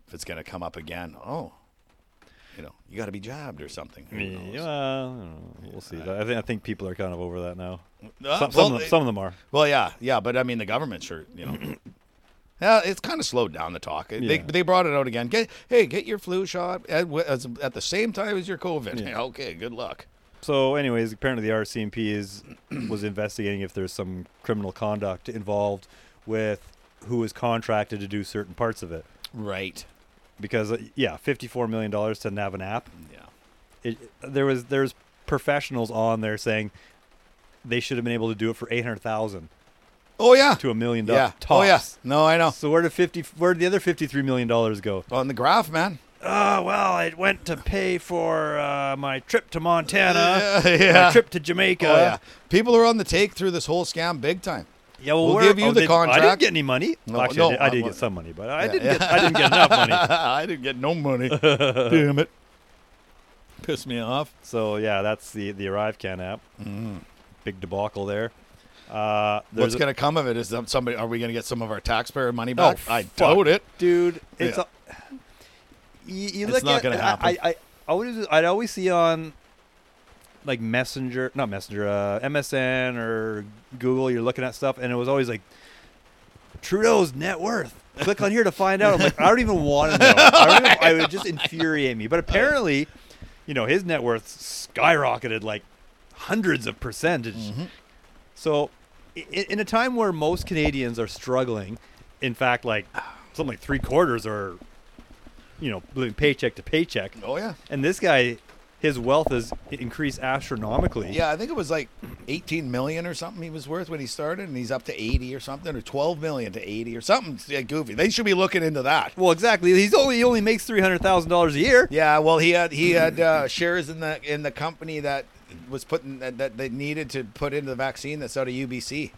B: if it's gonna come up again? Oh, you know, you got to be jabbed or something. Who knows?
A: Yeah, well, I don't know. we'll see. I think I think people are kind of over that now.
B: Uh,
A: Some, some,
B: well,
A: of, them,
B: it-
A: some of them are.
B: Well, yeah, yeah, but I mean the government sure, you know. Yeah, it's kind of slowed down the talk. They,
A: Yeah.
B: they brought it out again. Get, hey, get your flu shot at, as, at the same time as your COVID. Okay, good luck.
A: So, anyways, apparently the RCMP is was investigating if there's some criminal conduct involved with who was contracted to do certain parts of it.
B: Right.
A: Because uh, yeah, fifty-four million dollars to nav an app.
B: Yeah.
A: It, there was there's professionals on there saying they should have been able to do it for eight hundred thousand
B: Oh yeah.
A: to a million
B: yeah.
A: dollars.
B: Oh yeah. No, I know.
A: So where did fifty? Where did the other fifty-three million dollars go?
B: On the graph, man.
A: Oh, well, it went to pay for uh, my trip to Montana,
B: Yeah, yeah.
A: uh, my trip uh, to Jamaica.
B: Oh yeah. People are on the take through this whole scam big time.
A: Yeah, well,
B: We'll
A: where-
B: give you
A: oh,
B: the
A: did- I didn't
B: contract.
A: get any money.
B: No,
A: Actually,
B: no,
A: I did, I did
B: I'm-
A: get some money, but I
B: Yeah,
A: didn't
B: yeah.
A: get I didn't get enough money.
B: I didn't get no money. Damn it. Pissed me off.
A: So yeah, that's the the Arrive Can app. Big debacle there. Uh,
B: Mm-hmm. What's
A: there's a-
B: going to come of it is that somebody are we going to get some of our taxpayer money
A: Oh,
B: back? I
A: fuck.
B: doubt it.
A: dude. It's
B: Yeah.
A: a, you, you
B: It's
A: look
B: not
A: at-
B: gonna happen.
A: I, I, I always, I'd always see on like Messenger, not Messenger, uh, MSN or Google. You're looking at stuff, and it was always like Trudeau's net worth. Click on here to find out. I'm like, I don't even want to know. I, don't even, I would just infuriate me. But apparently, you know, his net worth skyrocketed like hundreds of percentage.
B: Mm-hmm.
A: So, i- i- in a time where most Canadians are struggling, in fact, like something like three quarters are, you know, living paycheck to paycheck,
B: Oh yeah.
A: and this guy his wealth has increased astronomically.
B: Yeah, I think it was like 18 million or something he was worth when he started, and he's up to 80 or something, or 12 million to 80 or something. Yeah, goofy. They should be looking into that.
A: Well, exactly. He's only he only makes three hundred thousand dollars a year.
B: Yeah, well, he had he had uh, shares in the in the company that was putting that, that they needed to put into the vaccine that's out of UBC.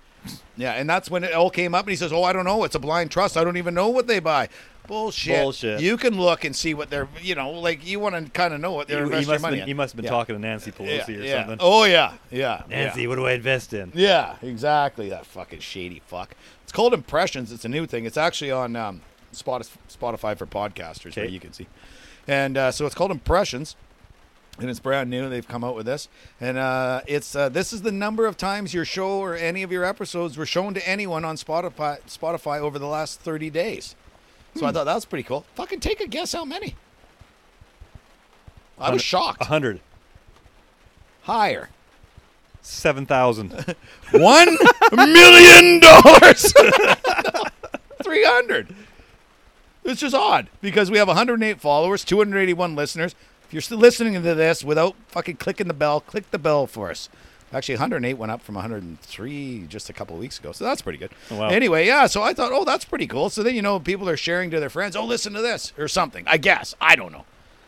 B: Yeah, and that's when it all came up, and he says, "Oh, I don't know. It's a blind trust. I don't even know what they buy." Bullshit.
A: Bullshit.
B: You can look and see what they're, you know, like you want to kind of know what
A: He,
B: they're
A: he
B: investing
A: must have
B: money.
A: been, he
B: in.
A: must have been
B: Yeah.
A: talking to Nancy Pelosi
B: yeah,
A: or
B: yeah.
A: something.
B: Oh yeah, yeah.
A: Nancy,
B: yeah.
A: what do I invest in?
B: Yeah, exactly. That fucking shady fuck. It's called Impressions. It's a new thing. It's actually on um, Spotis- Spotify for podcasters, where
A: Okay.
B: you can see. And uh, so it's called Impressions, and it's brand new. They've come out with this, and uh, it's uh, this is the number of times your show or any of your episodes were shown to anyone on Spotify Spotify over the last thirty days. So
A: Hmm.
B: I thought that was pretty cool. Fucking take a guess how many. I was
A: A
B: shocked.
A: hundred.
B: Higher.
A: Seven thousand.
B: One million dollars. Three hundred. It's just odd because we have 108 followers, 281 listeners. If you're still listening to this without fucking clicking the bell, click the bell for us. Actually, 108 went up from 103 just a couple of weeks ago, so that's pretty good.
A: Wow.
B: Anyway, yeah, so I thought, oh, that's pretty cool. So then you know people are sharing to their friends, oh, listen to this or something. I guess I don't know.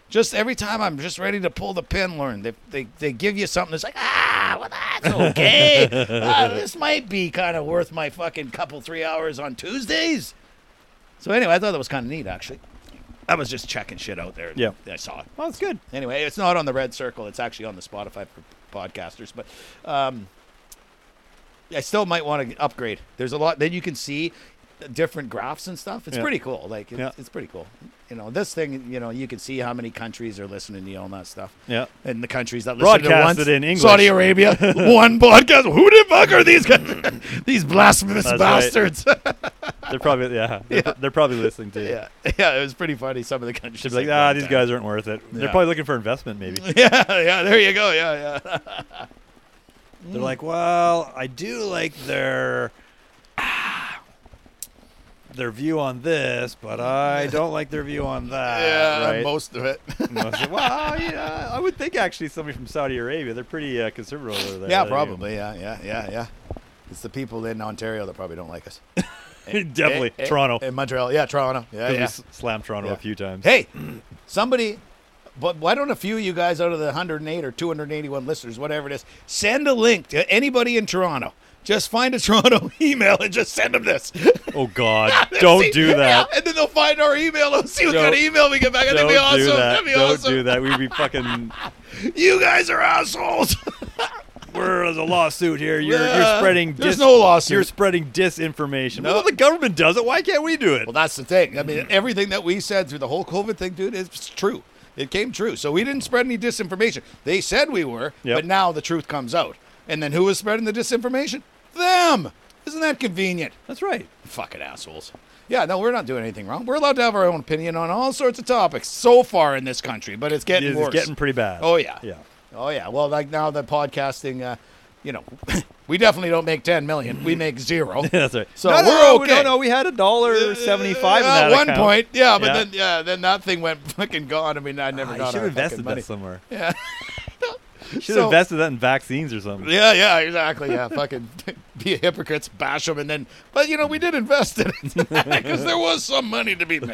B: Just every time I'm just ready to pull the pin, learn they they, they give you something that's like ah, well that's okay. Ah, this might be kind of worth my fucking couple three hours on Tuesdays. So anyway, I thought that was kind of neat, actually. I was just checking shit out there.
A: Yeah.
B: I saw it.
A: Well, that's good.
B: Anyway, it's not on the red circle. It's actually on the Spotify for podcasters. But um, I still might want to upgrade. There's a lot. Then you can see the different graphs and stuff. It's
A: Yeah.
B: pretty cool. Like it's,
A: Yeah.
B: it's pretty cool. You know, this thing. You know, you can see how many countries are listening to you and all that stuff.
A: Yeah.
B: And the countries that listen to
A: Broadcasted
B: once,
A: in English.
B: Saudi Arabia, one podcast. Who the fuck are these guys? these blasphemous
A: That's right.
B: bastards.
A: They're probably yeah. They're,
B: Yeah.
A: They're probably listening to.
B: Yeah, yeah, it was pretty funny. Some of the countries.
A: Should be like,
B: that
A: ah,
B: went
A: these
B: down."
A: guys aren't worth it. They're
B: Yeah.
A: probably looking for investment, maybe.
B: Yeah, yeah, there you go. Yeah, yeah.
A: They're like, well, I do like their ah, their view on this, but I don't like their view on that. right?
B: most of it.
A: And I said, well, yeah, I would think actually somebody from Saudi Arabia. They're pretty uh, conservative over there.
B: yeah,
A: They-
B: probably. Yeah, yeah, yeah, yeah. It's the people in Ontario that probably don't like us.
A: Definitely
B: Eh, eh,
A: Toronto.
B: In Montreal. Yeah, Toronto. Yeah,
A: 'Cause we
B: yeah.
A: s- slammed Toronto
B: Yeah.
A: a few times.
B: Hey, somebody. But why don't a few of you guys out of the 108 or 281 listeners, whatever it is, send a link to anybody in Toronto. Just find a Toronto email and just send them this.
A: Oh God, don't
B: See?
A: do that.
B: Yeah, and then they'll find our email and see what
A: Don't-
B: kind of email we get back. And
A: Don't
B: that'd be awesome.
A: do that.
B: That'd be
A: Don't
B: awesome.
A: do that. We'd be fucking.
B: You guys are assholes.
A: We're there's a lawsuit here. You're
B: Yeah.
A: you're spreading.
B: There's no lawsuit.
A: You're spreading disinformation.
B: No.
A: Well, the government does it. Why can't we do it?
B: Well, that's the thing. I mean, everything that we said through the whole COVID thing, dude, it's true. It came true. So we didn't spread any disinformation. They said we were,
A: Yep.
B: but now the truth comes out. And then who was spreading the disinformation? Them. Isn't that convenient?
A: That's right.
B: Fucking assholes. Yeah, no, we're not doing anything wrong. We're allowed to have our own opinion on all sorts of topics so far in this country, but it's getting
A: It's
B: worse.
A: getting pretty bad.
B: Oh yeah.
A: Yeah.
B: Oh yeah. Well, like now the podcasting, uh, you know, we definitely don't make ten million. We make zero.
A: That's right.
B: So
A: no, no,
B: we're
A: no,
B: okay.
A: No, no, we had a dollar seventy-five in
B: Uh,
A: that
B: at one
A: account.
B: point. Yeah, but
A: Yeah.
B: then yeah, then that thing went fucking gone. I mean, I never
A: Ah, you
B: got
A: should
B: our
A: have invested
B: fucking money.
A: that somewhere.
B: Yeah.
A: You should
B: So-
A: have invested that in vaccines or something.
B: Yeah, yeah, exactly. Yeah, fucking be hypocrites, bash them, and then. But you know, we did invest in it because there was some money to be made.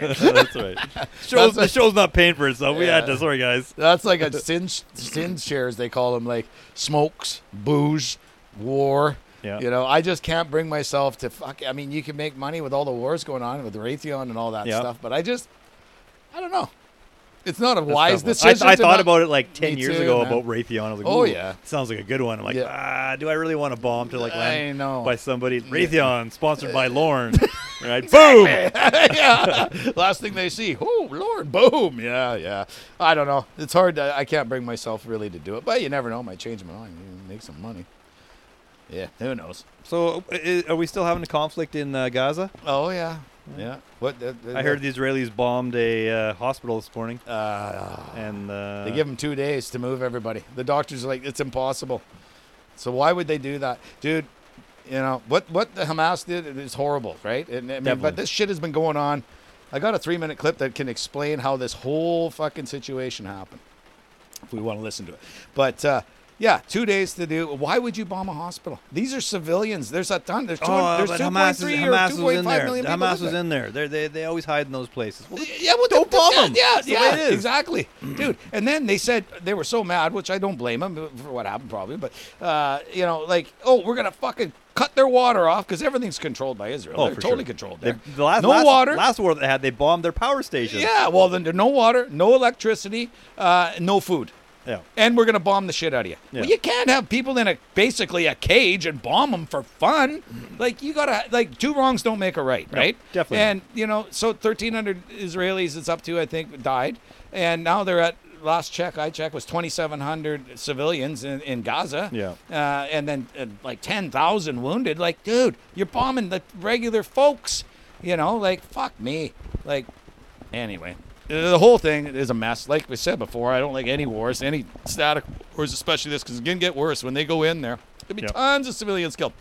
A: That's right. Show's, the
B: right.
A: show's not paying for itself. We had
B: Yeah.
A: to. Sorry, guys.
B: That's like a sin sin shares they call them like smokes, booze, war.
A: Yeah.
B: You know, I just can't bring myself to fuck. I mean, you can make money with all the wars going on with Raytheon and all that
A: Yeah.
B: stuff, but I just, I don't know. It's not a
A: That's
B: wise
A: a tough one.
B: decision.
A: I, I
B: to
A: thought
B: not-
A: about it like ten
B: Me
A: years
B: too,
A: ago
B: man.
A: about Raytheon. I was like,
B: Oh,
A: "Ooh,
B: yeah.
A: sounds like a good one." I'm like,
B: Yeah.
A: ah, do I really want a bomb to like land
B: I know.
A: by somebody? Raytheon sponsored by Lorne, right? Boom.
B: yeah. Last thing they see, oh Lord, boom. Yeah, yeah. I don't know. It's hard. To, I can't bring myself really to do it, but you never know. Might change my mind. Make some money. Yeah. Who knows?
A: So, i- are we still having a conflict in uh, Gaza?
B: Oh yeah. Yeah. What? Uh,
A: I heard the Israelis bombed a uh, hospital this morning,
B: Uh,
A: and uh,
B: They give them two days to move everybody. The doctors are like, it's impossible. So why would they do that, dude? You know what? What the Hamas did is horrible, right? And I mean,
A: Definitely.
B: but this shit has been going on. I got a three-minute clip that can explain how this whole fucking situation happened. if we want to listen to it. But uh, yeah, two days to do. Why would you bomb a hospital? These are civilians. There's a ton. There's, two,
A: Oh,
B: there's
A: but
B: 2.3
A: Hamas, is,
B: or
A: Hamas was
B: 2.5
A: in there.
B: million people
A: Hamas was
B: there.
A: in there. They're, they they always hide in those places. Well,
B: Yeah, well,
A: Don't
B: the-
A: bomb
B: yeah,
A: 'em.
B: Yeah,
A: That's the way
B: yeah,
A: it is.
B: exactly, dude. And then they said they were so mad, which I don't blame them for what happened, probably. But uh, you know, like, oh, we're gonna fucking cut their water off because everything's controlled by Israel. They're
A: Oh, for
B: totally
A: sure.
B: controlled.
A: They-
B: There.
A: the last,
B: no
A: last-
B: water.
A: Last war they had, they bombed their power station.
B: yeah, well, then there's no water, no electricity, uh, no food.
A: Yeah.
B: And we're gonna bomb the shit out of you.
A: Yeah.
B: Well, you can't have people in a basically a cage and bomb them for fun. Like you gotta like two wrongs don't make a right, right?
A: definitely
B: And you know, so 1,300 Israelis it's up to I think died, and now they're at last check I checked was 2,700 civilians in, in Gaza.
A: Yeah.
B: Uh, and then uh, like 10,000 wounded. Like, dude, you're bombing the regular folks. You know, like fuck me. Like, anyway. The the whole thing is a mess. Like we said before, I don't like any wars, any static wars, especially this, because it's going to get worse when they go in there. There'll be
A: Yeah.
B: tons of civilians killed.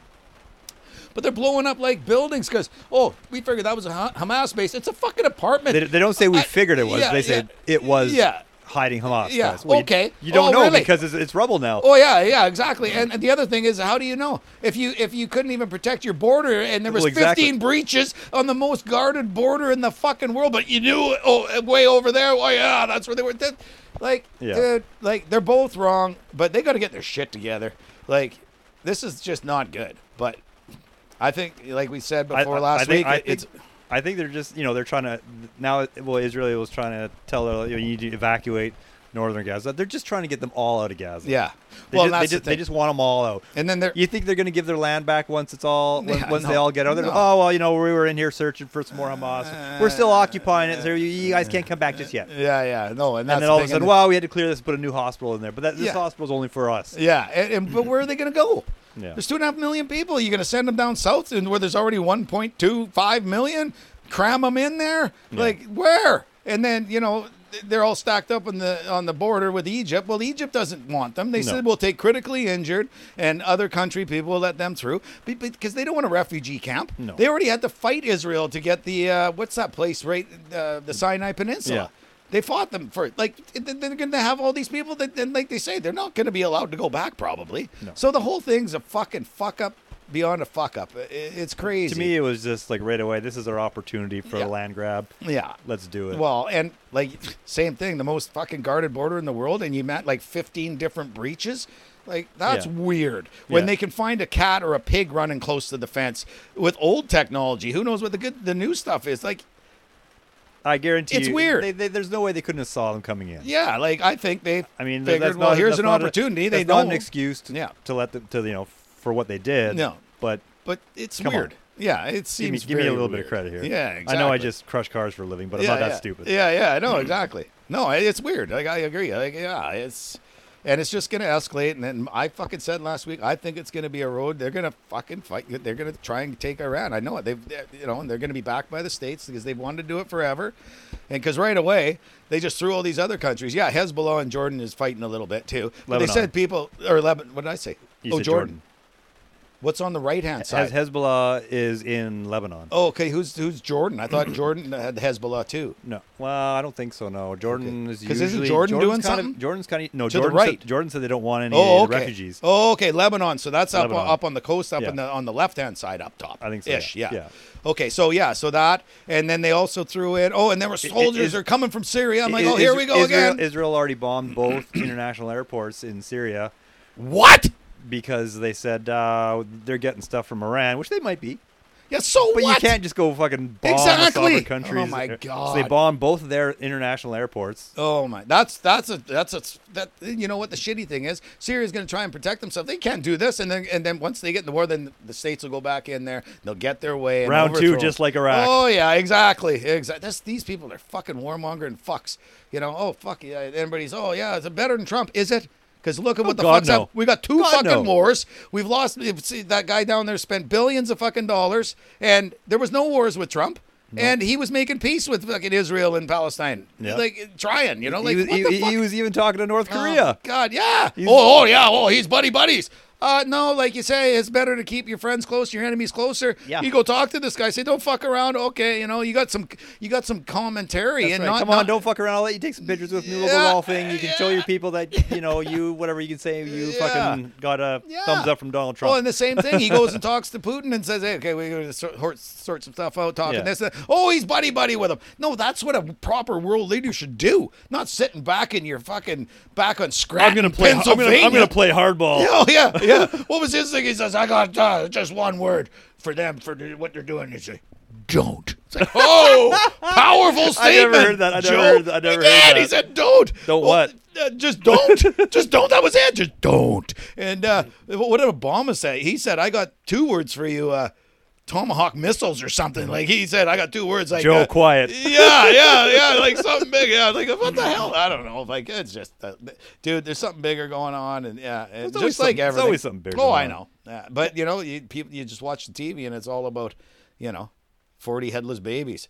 B: But they're blowing up like buildings because, oh, we figured that was a Ha- Hamas base. It's a fucking apartment.
A: They, they don't say we
B: I-
A: figured it was.
B: yeah,
A: they said
B: yeah,
A: it was
B: yeah.
A: hiding Hamas.
B: Yeah,
A: guys. Well, you-
B: okay.
A: You, don't
B: Oh,
A: know
B: really?
A: because it's, it's rubble now.
B: Oh yeah, yeah, exactly. And the other thing is, how do you know if you if you couldn't even protect your border and there was
A: Well, exactly.
B: 15 breaches on the most guarded border in the fucking world, but you knew oh way over there, oh yeah, that's where they were. That- Like,
A: Yeah.
B: dude, like they're both wrong, but they got to get their shit together. Like, this is just not good. But I think, like we said
A: I-
B: before
A: I-
B: last
A: I
B: week,
A: think, I,
B: it-
A: it's. I think they're just you know they're trying to now. Well, Israel was trying to tell them you, know, you need to evacuate northern Gaza. They're just trying to get them all out of Gaza.
B: yeah.
A: They
B: well, that's
A: just, they,
B: the
A: just, they
B: thing.
A: just want them all out.
B: and then they're
A: You think they're going to give their land back once it's all once,
B: Yeah,
A: once they
B: no,
A: all get out? there?
B: no.
A: Oh well, you know we were in here searching for some more Hamas. we're still occupying it, so you, you guys can't come back just yet.
B: yeah, yeah, no, and that's
A: and then
B: the
A: all of a
B: thing. And
A: sudden, wow, we had to clear this, put a new hospital in there. But that, this
B: Yeah.
A: hospital's only for us.
B: Yeah, and, and but where are they going to go?
A: Yeah.
B: There's two and a half million people. You're going to send them down south, and where there's already 1.25 million, cram them in there. Like where? And then you know th- they're all stacked up on the on the border with Egypt. Well, Egypt doesn't want them. They
A: No.
B: said we'll take critically injured and other country people will let them through because they don't want a refugee camp.
A: No.
B: They already had to fight Israel to get the uh, what's that place right uh, the Sinai Peninsula.
A: Yeah.
B: They fought them for like th- they're going to have all these people that, and like they say, they're not going to be allowed to go back probably.
A: No.
B: So the whole thing's a fucking fuck up beyond a fuck up. I- It's crazy.
A: To me, it was just like right away. This is our opportunity for
B: Yeah.
A: a land grab.
B: yeah.
A: Let's do it.
B: Well, and like same thing, the most fucking guarded border in the world, and you met like 15 different breaches. Like that's
A: Yeah.
B: weird. When
A: Yeah.
B: they can find a cat or a pig running close to the fence with old technology, who knows what the good the new stuff is? Like
A: I guarantee
B: it's
A: you,
B: weird.
A: They, they, there's no way they couldn't have saw them coming in.
B: yeah, like I think they.
A: I mean, th-
B: figured,
A: that's
B: well,
A: not,
B: here's
A: that's
B: an
A: not a-
B: opportunity. they
A: that's
B: know
A: not an excuse to,
B: Yeah.
A: to let them to you know for what they did.
B: No.
A: but
B: but it's
A: Come on.
B: weird. Yeah, it
A: give me,
B: seems.
A: give me a
B: very
A: little bit of
B: weird.
A: credit here.
B: Yeah, exactly.
A: I know I just crush cars for a living, but I'm
B: yeah,
A: not that
B: yeah.
A: stupid.
B: Yeah, yeah, I know exactly. No, I- it's weird. Like I agree. Like yeah, it's and it's just gonna escalate. And then I fucking said last week, I think it's gonna be a road. They're gonna fucking fight. They're gonna try and take Iran. I know it. They've they're- you know, and they're gonna be backed by the states because they've wanted to do it forever. And because right away they just threw all these other countries. Yeah, Hezbollah and Jordan is fighting a little bit too. But they
A: Lebanon.
B: said people or Lebanon. What did I say?
A: You
B: oh,
A: said
B: Jordan. What's on the right hand side?
A: As Hezbollah is in Lebanon.
B: Oh, okay. Who's who's Jordan? I thought Jordan had Hezbollah too.
A: No, well, I don't think so. No, Jordan is
B: 'Cause
A: usually
B: isn't Jordan
A: Jordan's
B: doing
A: kind
B: something?
A: Of, Jordan's kind of no.
B: To the
A: Jordan
B: right.
A: said, Jordan said they don't want any
B: Oh,
A: of the
B: okay.
A: refugees.
B: Oh, okay. Lebanon. So that's up
A: Lebanon.
B: up on the coast, up
A: Yeah.
B: on the on the left hand side, up top.
A: I think so,
B: Ish. Yeah.
A: yeah. Yeah.
B: Okay. So yeah. So that, and then they also threw in. Oh, and there were soldiers
A: is-
B: are coming from Syria. I'm like,
A: I-
B: oh, here
A: Isra-
B: we go
A: Israel,
B: again.
A: Israel already bombed both international airports in Syria
B: what?
A: because they said uh, they're getting stuff from Iran, which they might be.
B: Yeah. So
A: But
B: what?
A: you can't just go fucking bomb
B: Exactly.
A: a sovereign country.
B: Oh my
A: So they
B: God.
A: bombed both of their international airports.
B: Oh my, that's that's a that's a that you know what the shitty thing is. Syria's going to try and protect themselves. They can't do this, and then and then once they get in the war, then the states will go back in there. They'll get their way. And
A: Round two,
B: overthrow 'em.
A: just like Iraq.
B: Oh yeah, exactly, exactly. That's, these people are fucking warmonger and fucks. You know, oh fuck, yeah. everybody's oh yeah, it's better than Trump, is it? Because look at what the
A: Oh, God,
B: fuck's
A: no.
B: up. We got two
A: God,
B: fucking
A: no.
B: wars. We've lost. if- See, that guy down there spent billions of fucking dollars, and there was no wars with Trump. And he was making peace with fucking Israel and Palestine,
A: Yeah.
B: like trying, you know, like
A: he, was,
B: what the
A: he-
B: fuck?
A: he was even talking to North
B: Oh,
A: Korea.
B: God, yeah.
A: He's-
B: oh, oh, yeah. Oh, he's buddy buddies. Uh, no, like you say, it's better to keep your friends close, your enemies closer.
A: Yeah.
B: You go talk to this guy. Say, don't fuck around. Okay, you know, you got some, you got some commentary
A: That's
B: and
A: right.
B: not.
A: Come
B: not,
A: on, don't fuck around. I'll let you take some pictures with me. We'll go
B: Yeah,
A: golfing. You can show your people that you know you whatever you can say. You
B: Yeah.
A: fucking got a
B: Yeah.
A: thumbs up from Donald Trump.
B: Well, Oh, and the same thing. He goes and talks to Putin and says, "Hey, okay, we're going to sort, sort some stuff out, talking
A: Yeah.
B: this." and that." Oh, he's buddy buddy with him. No, that's what a proper world leader should do. Not sitting back in your fucking back on scratch.
A: I'm gonna play. I'm gonna, I'm gonna play hardball.
B: Oh yeah, yeah. What was his thing? He says, "I got uh, just one word for them for what they're doing." He says, "Don't." It's like, oh, powerful
A: I never
B: statement.
A: heard that. I never
B: Joe.
A: heard that. I never
B: he
A: heard
B: did.
A: that.
B: He said, "Don't."
A: Don't
B: Well,
A: what?
B: uh, just don't. just don't. That was it. Just don't. And uh, what did Obama say? He said, "I got two words for you." Uh, Tomahawk missiles or something like he said. I got two words. Like
A: Joe,
B: uh,
A: quiet.
B: yeah, yeah, yeah, like something big. Yeah, like what the hell? I don't know. Like it's just, uh, dude, there's something bigger going on, and yeah, and
A: always
B: just like
A: something- there's
B: everything.
A: always something bigger
B: Oh,
A: going
B: I
A: on.
B: know, Yeah, but you know, you, people, you just watch the TV, and it's all about, you know, forty headless babies.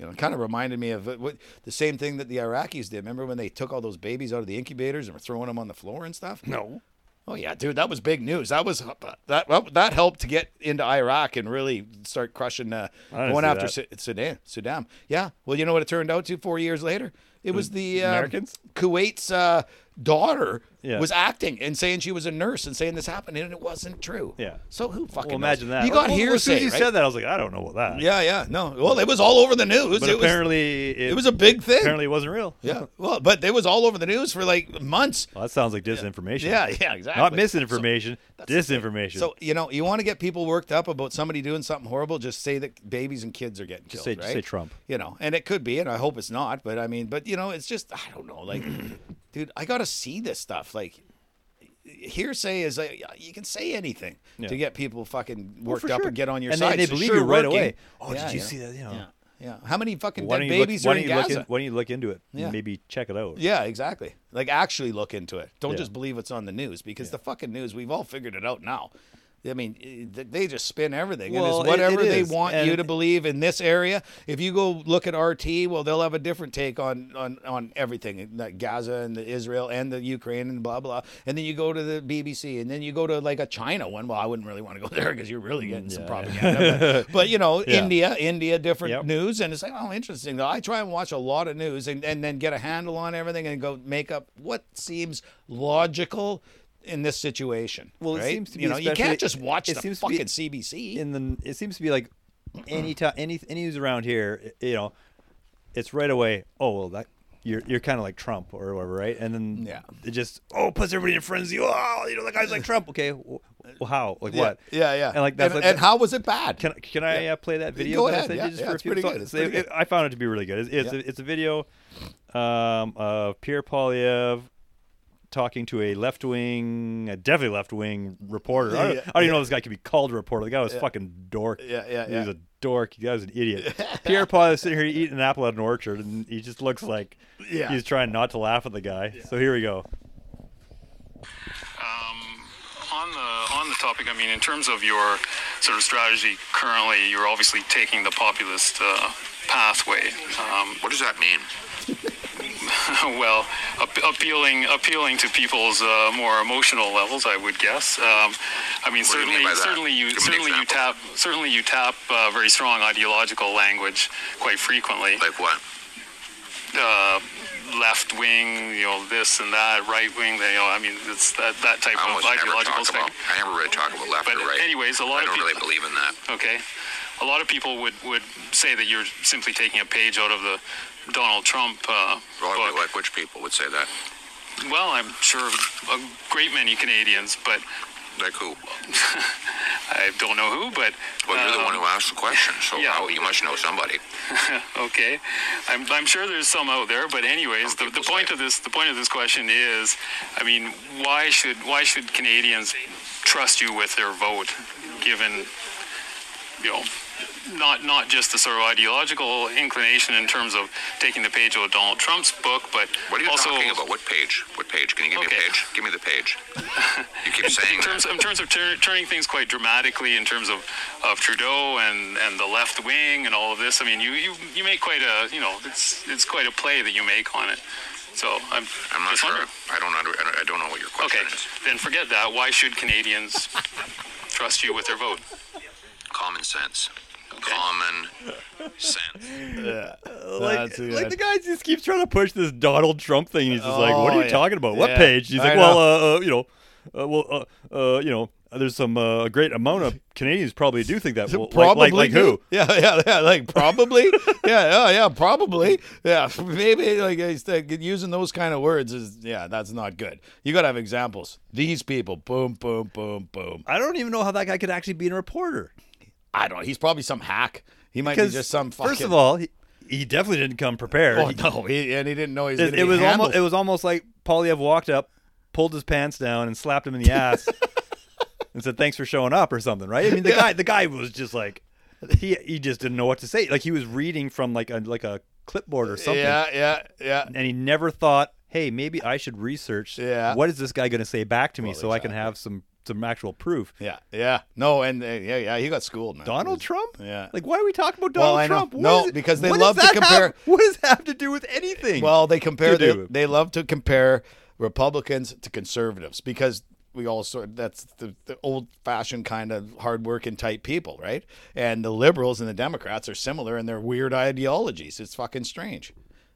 B: You know, it kind of reminded me of uh, what, the same thing that the Iraqis did. Remember when they took all those babies out of the incubators and were throwing them on the floor and stuff?
A: No.
B: Oh yeah, dude, that was big news. That was uh, that well, that helped to get into Iraq and really start crushing, uh,
A: I didn't
B: going
A: see
B: after
A: that.
B: Su- Sudan. Saddam. Yeah. Well, you know what it turned out to four years later? It was the um,
A: Americans?
B: Kuwait's uh, daughter
A: Yeah.
B: was acting and saying she was a nurse and saying this happened and it wasn't true.
A: Yeah.
B: So who fucking?
A: Well,
B: knows?
A: imagine that.
B: You got
A: Well, As soon
B: hearsay,
A: as you
B: right?
A: said that, I was like, I don't know about that.
B: Yeah, yeah. No. Well, it was all over the news.
A: But
B: it was,
A: apparently, it,
B: it was a big thing.
A: apparently it wasn't real.
B: Yeah. Well, but it was all over the news for like months.
A: Well, that sounds like disinformation.
B: Yeah, yeah, exactly.
A: Not
B: So-
A: misinformation, disinformation.
B: So you know, you want to get people worked up about somebody doing something horrible. Just say that babies and kids are getting killed.
A: say-
B: right?
A: just say Trump.
B: You know, and it could be, and I hope it's not. But I mean, but you know, it's just I don't know. Like, dude, I gotta see this stuff. Like, hearsay is like you can say anything
A: Yeah.
B: to get people fucking
A: Well,
B: worked
A: for
B: up
A: sure.
B: and get on your
A: And they-
B: side.
A: they
B: So
A: believe
B: sure
A: you right
B: working.
A: away. Oh, did you see that? You know.
B: Yeah, yeah. How many fucking
A: why
B: dead
A: don't you look,
B: babies
A: why
B: are
A: don't
B: in
A: you look in,
B: Gaza?
A: why don't you look into it?
B: Yeah.
A: And maybe check it out.
B: Yeah, exactly. Like actually look into it. Don't
A: Yeah.
B: just believe it's on the news because the fucking news, we've all figured it out now. I mean, eh, th- they just spin everything.
A: Well,
B: and
A: it-
B: it's whatever
A: it
B: they
A: is.
B: want
A: And-
B: you to believe in this area. If you go look at RT, well, they'll have a different take on on, on everything eh, like Gaza and the Israel and the Ukraine and blah, blah. And then you go to the BBC and then you go to like a China one. Well, I wouldn't really want to go there because you're really getting some
A: Yeah.
B: propaganda. But, but, you know,
A: Yeah.
B: India, India, different
A: Yep.
B: news and it's like oh interesting though i try and watch a lot of news and, and then get a handle on everything and go make up what seems logical in this situation
A: Well, it
B: right?
A: seems to
B: you
A: be
B: know you
A: especially-
B: can't just watch
A: it
B: the
A: seems to be
B: fucking cbc
A: In the it seems to be like any time any any who's around here, i- you know, it's right away. Oh well, that you're you're kind of like Trump or whatever, right? And then
B: Yeah.
A: it just oh puts everybody in frenzy. Oh, you know, the guy's like Trump. Okay, wh- wh- how? Like
B: yeah,
A: what?
B: yeah yeah
A: And like that's
B: and,
A: like,
B: and how was it bad
A: Can can I uh, play that video?
B: Go
A: that I
B: ahead,
A: sent
B: yeah,
A: you just
B: yeah,
A: for a
B: it's
A: few
B: pretty
A: thoughts?
B: good, it's
A: So it-
B: pretty good.
A: it- I found it to be really good. It's it's,
B: Yeah.
A: a, it's a video um, of Pierre Polyev talking to a left wing, a definitely left wing reporter. I don't,
B: Yeah,
A: I don't even know if this guy could be called a reporter. The guy was fucking dork.
B: Yeah, yeah,
A: he was
B: yeah.
A: a dork. He was an idiot. Pierre Polyev sitting here eating an apple out of an orchard, and he just looks like
B: Yeah.
A: he's trying not to laugh at the guy. So here we go.
C: on the on the topic, I mean, in terms of your sort of strategy currently, you're obviously taking the populist uh, pathway. Um,
D: What does that mean?
C: well, ap- appealing appealing to people's uh, more emotional levels, I would guess. Um, I mean,
D: do you
C: certainly,
D: mean by that?
C: certainly you
D: Give me an
C: certainly you tap
D: example.
C: certainly you tap uh, very strong ideological language quite frequently.
D: Like what?
C: Uh, left wing, you know, this and that, right wing. You know, I mean, it's that that type
D: I
C: of
D: almost never
C: ideological
D: talk
C: spec-
D: about. I never really talk about left
C: But
D: or right.
C: anyways, a lot
D: I
C: of
D: don't
C: people-
D: really believe in that.
C: Okay. A lot of people would, would say that you're simply taking a page out of the Donald Trump uh,
D: Well,
C: book.
D: like which people would say that?
C: Well, I'm sure a great many Canadians, but
D: Like who?
C: I don't know who, but.
D: Well, you're the one who asked the question, so
C: Um, yeah.
D: how, you must know somebody.
C: okay, I'm, I'm sure there's some out there, but anyways, the, the point of this the point of this question is, I mean, why should why should Canadians trust you with their vote, given you know not not just the sort of ideological inclination in terms of taking the page out of Donald Trump's book, but
D: What are you
C: also
D: talking about? What page? What page? Can you give me
C: Okay.
D: a page? Give me the page. You keep
C: in
D: saying that.
C: terms in terms of tur- turning things quite dramatically in terms of, of Trudeau and, and the left wing and all of this. I mean, you, you you make quite a you know it's it's quite a play that you make on it. So I'm,
D: I'm not
C: just
D: sure.
C: wondering.
D: I don't under, I don't- I don't know what your
C: Okay,
D: question is.
C: then forget that. Why should Canadians trust you with their vote?
D: Common sense. Common sense.
A: Like,
B: That's too
A: like
B: bad.
A: the guy just keeps trying to push this Donald Trump thing. And he's just like, "What
B: Oh,
A: are you
B: yeah.
A: talking about? What
B: Yeah.
A: page?" He's
B: I
A: like, "Well, uh, uh, you know, uh, well, uh, uh, you know, there's some uh, a great amount of Canadians probably do think that. Well, like- like, like, who?
B: do. Yeah, yeah, yeah. Like probably. yeah, yeah, yeah. Probably. Yeah, maybe. Like I said, using those kind of words is yeah, that's not good. You got to have examples. These people. Boom, boom, boom, boom.
A: I don't even know how that guy could actually be a reporter.
B: I don't. know. He's probably some hack. He might be
A: Because
B: just some. Fucking,
A: first of all, he, he definitely didn't come prepared.
B: oh
A: He-
B: no, he, and he didn't know he's.
A: it, it was almost it was almost like Polyev walked up, pulled his pants down, and slapped him in the ass, and said, "Thanks for showing up" or something, right? I mean, the guy the guy was just like, he he just didn't know what to say. Like he was reading from like a like a clipboard or something,
B: Yeah, yeah, yeah.
A: and he never thought, "Hey, maybe I should research.
B: Yeah.
A: what is this guy going to say back to me so I can have some some actual proof."
B: Yeah, yeah. No, and uh, yeah, yeah. He got schooled, man.
A: Donald Trump?
B: Yeah.
A: Like, why are we talking about
B: Well,
A: Donald
B: I know.
A: Trump? What
B: No,
A: is it-
B: because they
A: what
B: love
A: does
B: to
A: that have-
B: compare-
A: what does that have to do with anything?
B: Well, they compare. They,
A: do.
B: they love to compare Republicans to conservatives because we all sort that's the, the old-fashioned kind of hard-working type people, right? And the liberals and the Democrats are similar in their weird ideologies. It's fucking strange.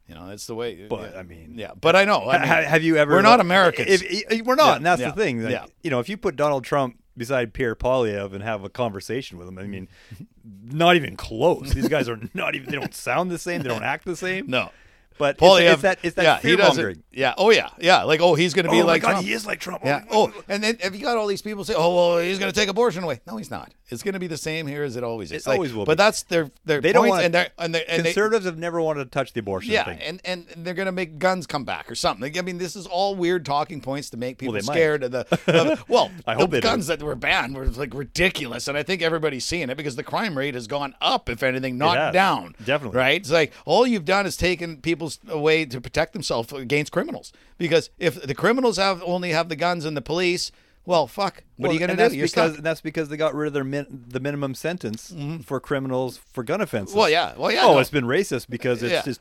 B: You know, it's the way.
A: But,
B: yeah.
A: I mean-
B: yeah. But I know. I
A: Ha- ha-
B: mean,
A: have you ever?
B: We're not
A: like-
B: Americans.
A: If, if- we're not,
B: Yeah,
A: and that's
B: yeah,
A: the thing. Like,
B: yeah.
A: You know, if you put Donald Trump beside Pierre Polyev and have a conversation with him, I mean, not even close. These guys are not even. They don't sound the same. They don't act the same.
B: no.
A: But it's-
B: Polyev,
A: it's, that. It's
B: yeah,
A: that
B: he
A: fear mongering.
B: doesn't. Yeah. Oh yeah. Yeah. Like oh, he's going to be
A: oh
B: like
A: my God,
B: Trump.
A: he is like Trump.
B: Yeah. Oh, and then have you got all these people say, "Oh, well, he's going to take abortion away." No, he's not. It's going to be the same here as it always is.
A: It always will
B: But
A: be.
B: that's their their
A: They don't
B: points,
A: wanna-
B: and they're and they're and they,
A: conservatives have never wanted to touch the abortion
B: yeah,
A: thing.
B: and and they're going to make guns come back or something. I mean, this is all weird talking points to make people
A: they might.
B: scared of the. Of, well,
A: I hope
B: the
A: they don't.
B: guns that were banned were like ridiculous, and I think everybody's seeing it because the crime rate has gone up. If anything, not
A: has.
B: down.
A: Definitely.
B: Right. It's like all you've done is taken people's away to protect themselves against criminals because if the criminals have only have the guns and the police. Well, fuck. What
A: Well,
B: are you going
A: and
B: to
A: that's
B: do? You're
A: because
B: stuck. Mm-hmm.
A: that's because they got rid of their min, the minimum sentence for criminals for gun offenses.
B: Well, yeah. Well, yeah,
A: Oh,
B: no.
A: it's been racist because it's
B: Yeah.
A: just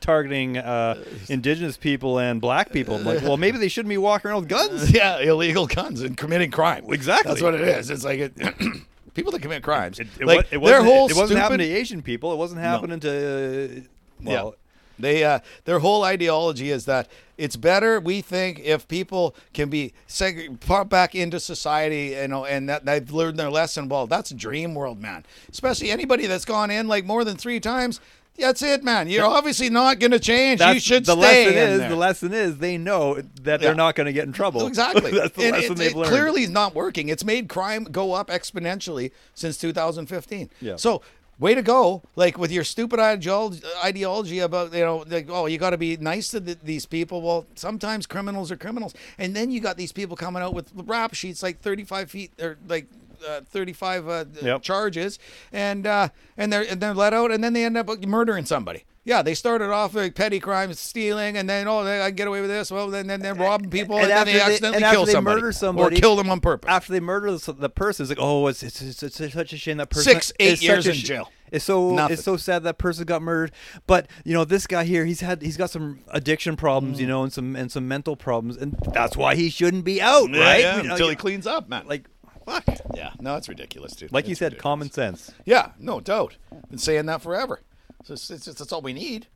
A: targeting uh, indigenous people and black people. I'm like, well, maybe they shouldn't be walking around with guns.
B: Yeah, illegal guns and committing crime.
A: Exactly.
B: That's what it is. It's like it, people that commit crimes.
A: It, it,
B: like
A: wa- it
B: their
A: wasn't,
B: whole
A: it, it wasn't
B: stupid,
A: happening to Asian people. It wasn't happening to uh, well.
B: yeah. They uh, their whole ideology is that it's better we think if people can be seg- brought back into society you know and that they've learned their lesson well that's dream world man especially anybody that's gone in like more than 3 times that's it man you're obviously not going to change you
A: That's-
B: should
A: the
B: stay
A: lesson
B: in
A: is
B: there.
A: the lesson is they know that
B: Yeah.
A: they're not going to get in trouble.
B: Exactly.
A: that's the
B: And
A: lesson
B: it-
A: they've
B: it
A: learned.
B: Clearly, is not working. It's made crime go up exponentially since 2015.
A: Yeah.
B: So. Way to go! Like with your stupid ideology, ideology about you know, like oh, you got to be nice to th- these people. Well, sometimes criminals are criminals, and then you got these people coming out with rap sheets like thirty-five feet or like uh, thirty-five uh,
A: Yep.
B: charges, and uh, and they're and they're let out, and then they end up murdering somebody. Yeah, they started off like petty crimes, stealing, and then oh, they, I get away with this. Well, then then they're robbing people and,
A: And
B: then
A: after
B: they
A: they-
B: accidentally
A: and after
B: kill
A: they
B: somebody,
A: murder somebody-
B: or kill them on purpose.
A: after they murder the, the person, it's like, oh, it's it's, it's, it's such a shame that person
B: Six, eight
A: it's such
B: years
A: a
B: in
A: sh-
B: jail.
A: It's so
B: Nothing.
A: it's so sad that person got murdered, but you know this guy here, he's had he's got some addiction problems,
B: Mm.
A: you know, and some and some mental problems, and that's why he shouldn't be out, right? We-
B: until he
A: like,
B: cleans up, man.
A: like what?
B: yeah, no, it's ridiculous, dude.
A: Like you
B: It's
A: said,
B: ridiculous.
A: common sense.
B: Yeah, no doubt. Been saying that forever. So it's, it's, it's- that's all we need.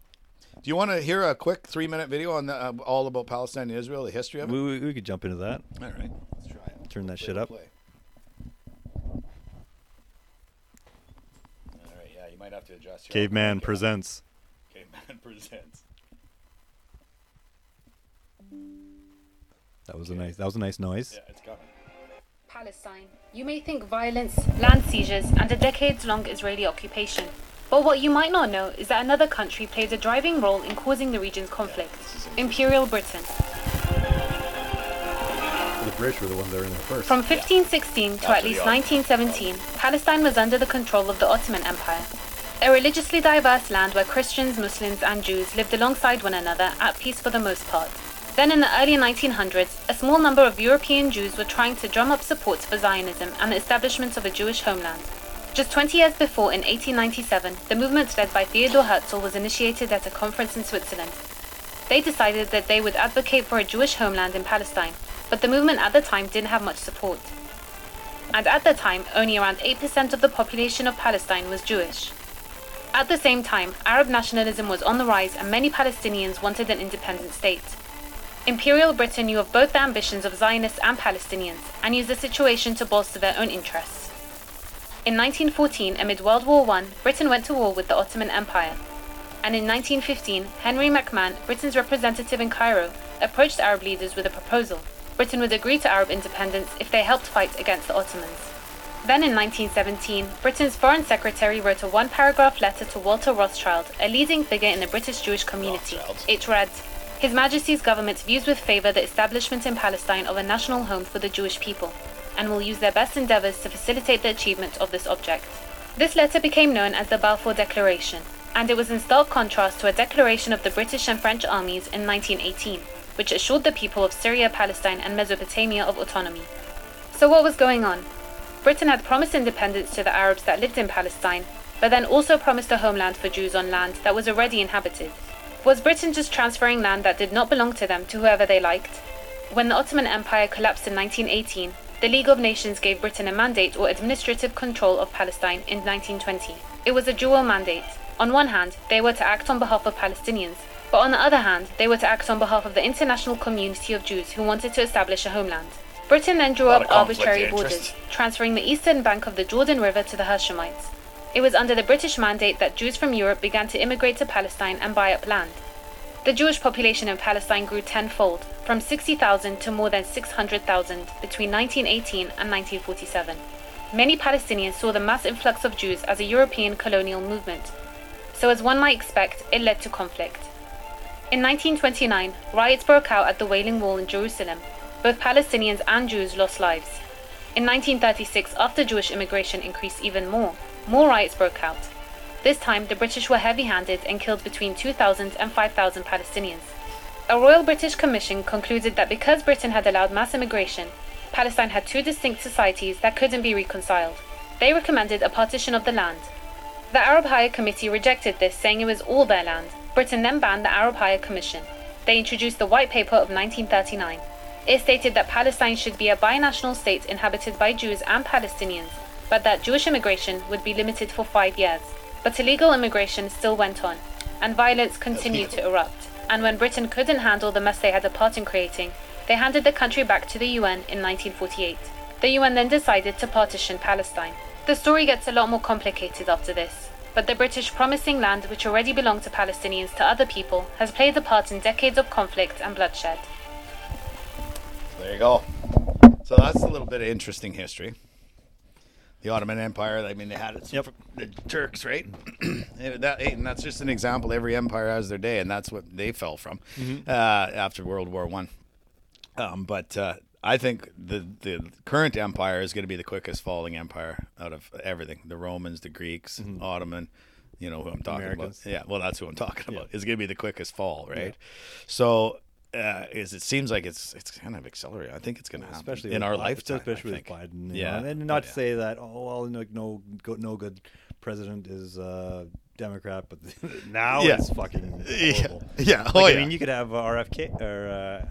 B: Do you want to hear a quick three-minute video on the, uh, all about Palestine and Israel, the history of it?
A: We, we, we could jump into that.
B: All right, let's try it.
A: Turn that
B: Play
A: shit
B: the
A: up.
B: play. All right, yeah, you might have to adjust. your-
A: Caveman presents.
B: Caveman presents.
A: That was a nice. That was a nice noise.
B: Yeah, it's coming.
E: Palestine. You may think violence, land seizures, and a decades long Israeli occupation. But what you might not know is that another country played a driving role in causing the region's conflict Imperial Britain.
F: The British were the ones that were in there first.
E: From 1516 to at least 1917, Palestine was under the control of the Ottoman Empire. A religiously diverse land where Christians, Muslims, and Jews lived alongside one another at peace for the most part. Then, in the early 1900s, a small number of European Jews were trying to drum up support for Zionism and the establishment of a Jewish homeland. Just 20 years before, in 1897, the movement led by Theodor Herzl was initiated at a conference in Switzerland. They decided that they would advocate for a Jewish homeland in Palestine, but the movement at the time didn't have much support. And at the time, only around 8% of the population of Palestine was Jewish. At the same time, Arab nationalism was on the rise and many Palestinians wanted an independent state. Imperial Britain knew of both the ambitions of Zionists and Palestinians and used the situation to bolster their own interests. In 1914, amid World War I, Britain went to war with the Ottoman Empire. And in 1915, Henry McMahon, Britain's representative in Cairo, approached Arab leaders with a proposal. Britain would agree to Arab independence if they helped fight against the Ottomans. Then in 1917, Britain's Foreign Secretary wrote a one paragraph letter to Walter Rothschild, a leading figure in the British Jewish community.
B: Rothschild.
E: It read His Majesty's government views with favour the establishment in Palestine of a national home for the Jewish people and will use their best endeavours to facilitate the achievement of this object. This letter became known as the Balfour Declaration, and it was in stark contrast to a declaration of the British and French armies in 1918, which assured the people of Syria, Palestine, and Mesopotamia of autonomy. So, what was going on? Britain had promised independence to the Arabs that lived in Palestine, but then also promised a homeland for Jews on land that was already inhabited. Was Britain just transferring land that did not belong to them to whoever they liked? When the Ottoman Empire collapsed in 1918, the League of Nations gave Britain a mandate or administrative control of Palestine in 1920. It was a dual mandate. On one hand, they were to act on behalf of Palestinians, but on the other hand, they were to act on behalf of the international community of Jews who wanted to establish a homeland. Britain then drew up
B: Lot of conflict
E: arbitrary
B: of interest.
E: borders, transferring the eastern bank of the Jordan River to the Hashemites. It was under the British mandate that Jews from Europe began to immigrate to Palestine and buy up land. The Jewish population in Palestine grew tenfold, from 60,000 to more than 600,000 between 1918 and 1947. Many Palestinians saw the mass influx of Jews as a European colonial movement. So, as one might expect, it led to conflict. In 1929, riots broke out at the Wailing Wall in Jerusalem. Both Palestinians and Jews lost lives. In 1936, after Jewish immigration increased even more, more riots broke out. This time, the British were heavy handed and killed between 2,000 and 5,000 Palestinians. A Royal British Commission concluded that because Britain had allowed mass immigration, Palestine had two distinct societies that couldn't be reconciled. They recommended a partition of the land. The Arab Higher Committee rejected this, saying it was all their land. Britain then banned the Arab Higher Commission. They introduced the White Paper of 1939. It stated that Palestine should be a binational state inhabited by Jews and Palestinians, but that Jewish immigration would be limited for five years. But illegal immigration still went on, and violence continued to erupt. And when Britain couldn't handle the mess they had a part in creating, they handed the country back to the UN in 1948. The UN then decided to partition Palestine. The story gets a lot more complicated after this, but the British promising land which already belonged to Palestinians to other people has played a part in decades of conflict and bloodshed.
B: There you go. So that's a little bit of interesting history. The Ottoman Empire. I mean, they had it.
A: Yep.
B: The Turks, right? and, that, hey, and that's just an example. Every empire has their day, and that's what they fell from uh, after World War One. Um, but uh, I think the the current empire is going to be the quickest falling empire out of everything. The Romans, the Greeks, Ottoman. You know who I'm talking
A: Americans.
B: about? Yeah, well, that's who I'm talking about. It's going to be the quickest fall, right? So, uh, is it seems like it's it's kind of accelerating. I think it's going to happen,
A: especially
B: in
A: with
B: our
A: Bi-
B: lifetime.
A: especially
B: I
A: with
B: think.
A: Biden. you
B: Yeah.
A: know, and not
B: Oh,
A: to
B: yeah.
A: say that oh well, no, no, go- no good president is uh, Democrat, but now
B: Yeah.
A: it's fucking
B: Yeah,
A: horrible.
B: yeah.
A: Like,
B: Oh,
A: I
B: yeah.
A: mean, you could have uh, RFK or. Uh,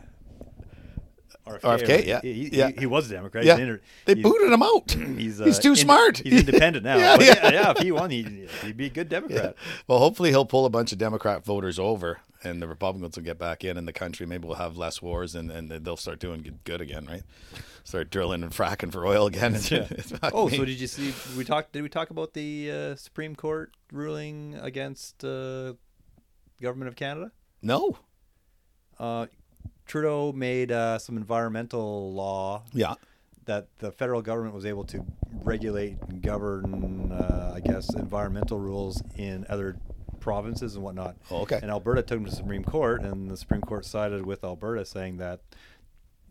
A: RFK,
B: RFK,
A: or-
B: yeah,
A: he, he-
B: yeah.
A: He, was a Democrat.
B: yeah.
A: He's an inter-
B: they
A: he's-
B: booted him out.
A: He's,
B: He's,
A: uh,
B: too
A: in-
B: smart.
A: He's independent now.
B: Yeah,
A: But
B: yeah.
A: yeah, yeah, If he won, he'd, he'd be a good Democrat.
B: Well, hopefully he'll pull a bunch of Democrat voters over, and the Republicans will get back in, and the country maybe will have less wars, and, and they'll start doing good- good again, right? Start drilling and fracking for oil again.
A: Oh, so did you see? We talked. Did we talk about the uh, Supreme Court ruling against uh, government of Canada?
B: no?
A: uh, Trudeau made uh, some environmental law
B: Yeah,
A: that the federal government was able to regulate and govern, uh, I guess, environmental rules in other provinces and whatnot.
B: Oh, okay.
A: And Alberta took him to the Supreme Court, and the Supreme Court sided with Alberta, saying that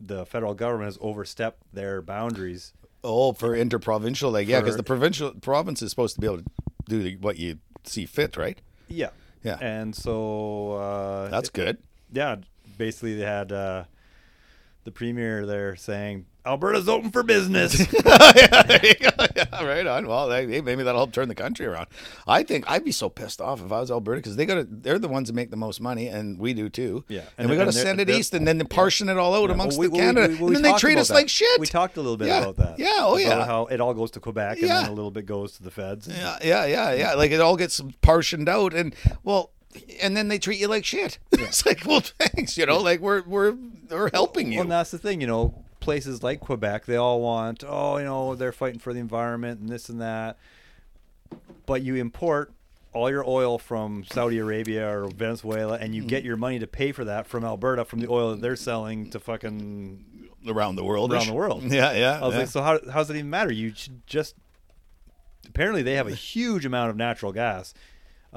A: the federal government has overstepped their boundaries.
B: oh, for interprovincial, like yeah, because
A: For-
B: the provincial province is supposed to be able to do the- what you see fit, right?
A: Yeah.
B: Yeah.
A: And so uh,
B: That's good.
A: yeah, basically they had uh, the premier there saying Alberta's open for business.
B: yeah, there you go. Yeah, right on. Well, hey, maybe that'll help turn the country around. I think I'd be so pissed off if I was Alberta because they got to they're the ones that make the most money, and we do too.
A: Yeah.
B: and,
A: And
B: we got to
A: then they're-
B: send it
A: they're-
B: east, and then they're portion it all out
A: Yeah,
B: amongst
A: well,
B: the
A: we-
B: Canada,
A: we- we- we
B: and then they
A: talked
B: treat
A: about
B: us
A: that.
B: like shit.
A: We talked a little bit
B: Yeah.
A: about that.
B: Yeah, oh,
A: About
B: yeah.
A: how it all goes to Quebec and
B: Yeah.
A: then a little bit goes to the feds.
B: Yeah, yeah, yeah, yeah. Like it all gets portioned out, and well, and then they treat you like shit. it's like, well, thanks, you know, like we're we're we're helping you.
A: Well, and that's the thing, you know, places like Quebec, they all want, oh, you know, they're fighting for the environment and this and that. But you import all your oil from Saudi Arabia or Venezuela, and
B: Mm-hmm.
A: you get your money to pay for that from Alberta from the oil that they're selling to fucking
B: around the world,
A: around the world.
B: Yeah, yeah.
A: I was
B: yeah.
A: like, so how, how does it even matter? You should just. Apparently, they have a huge amount of natural gas.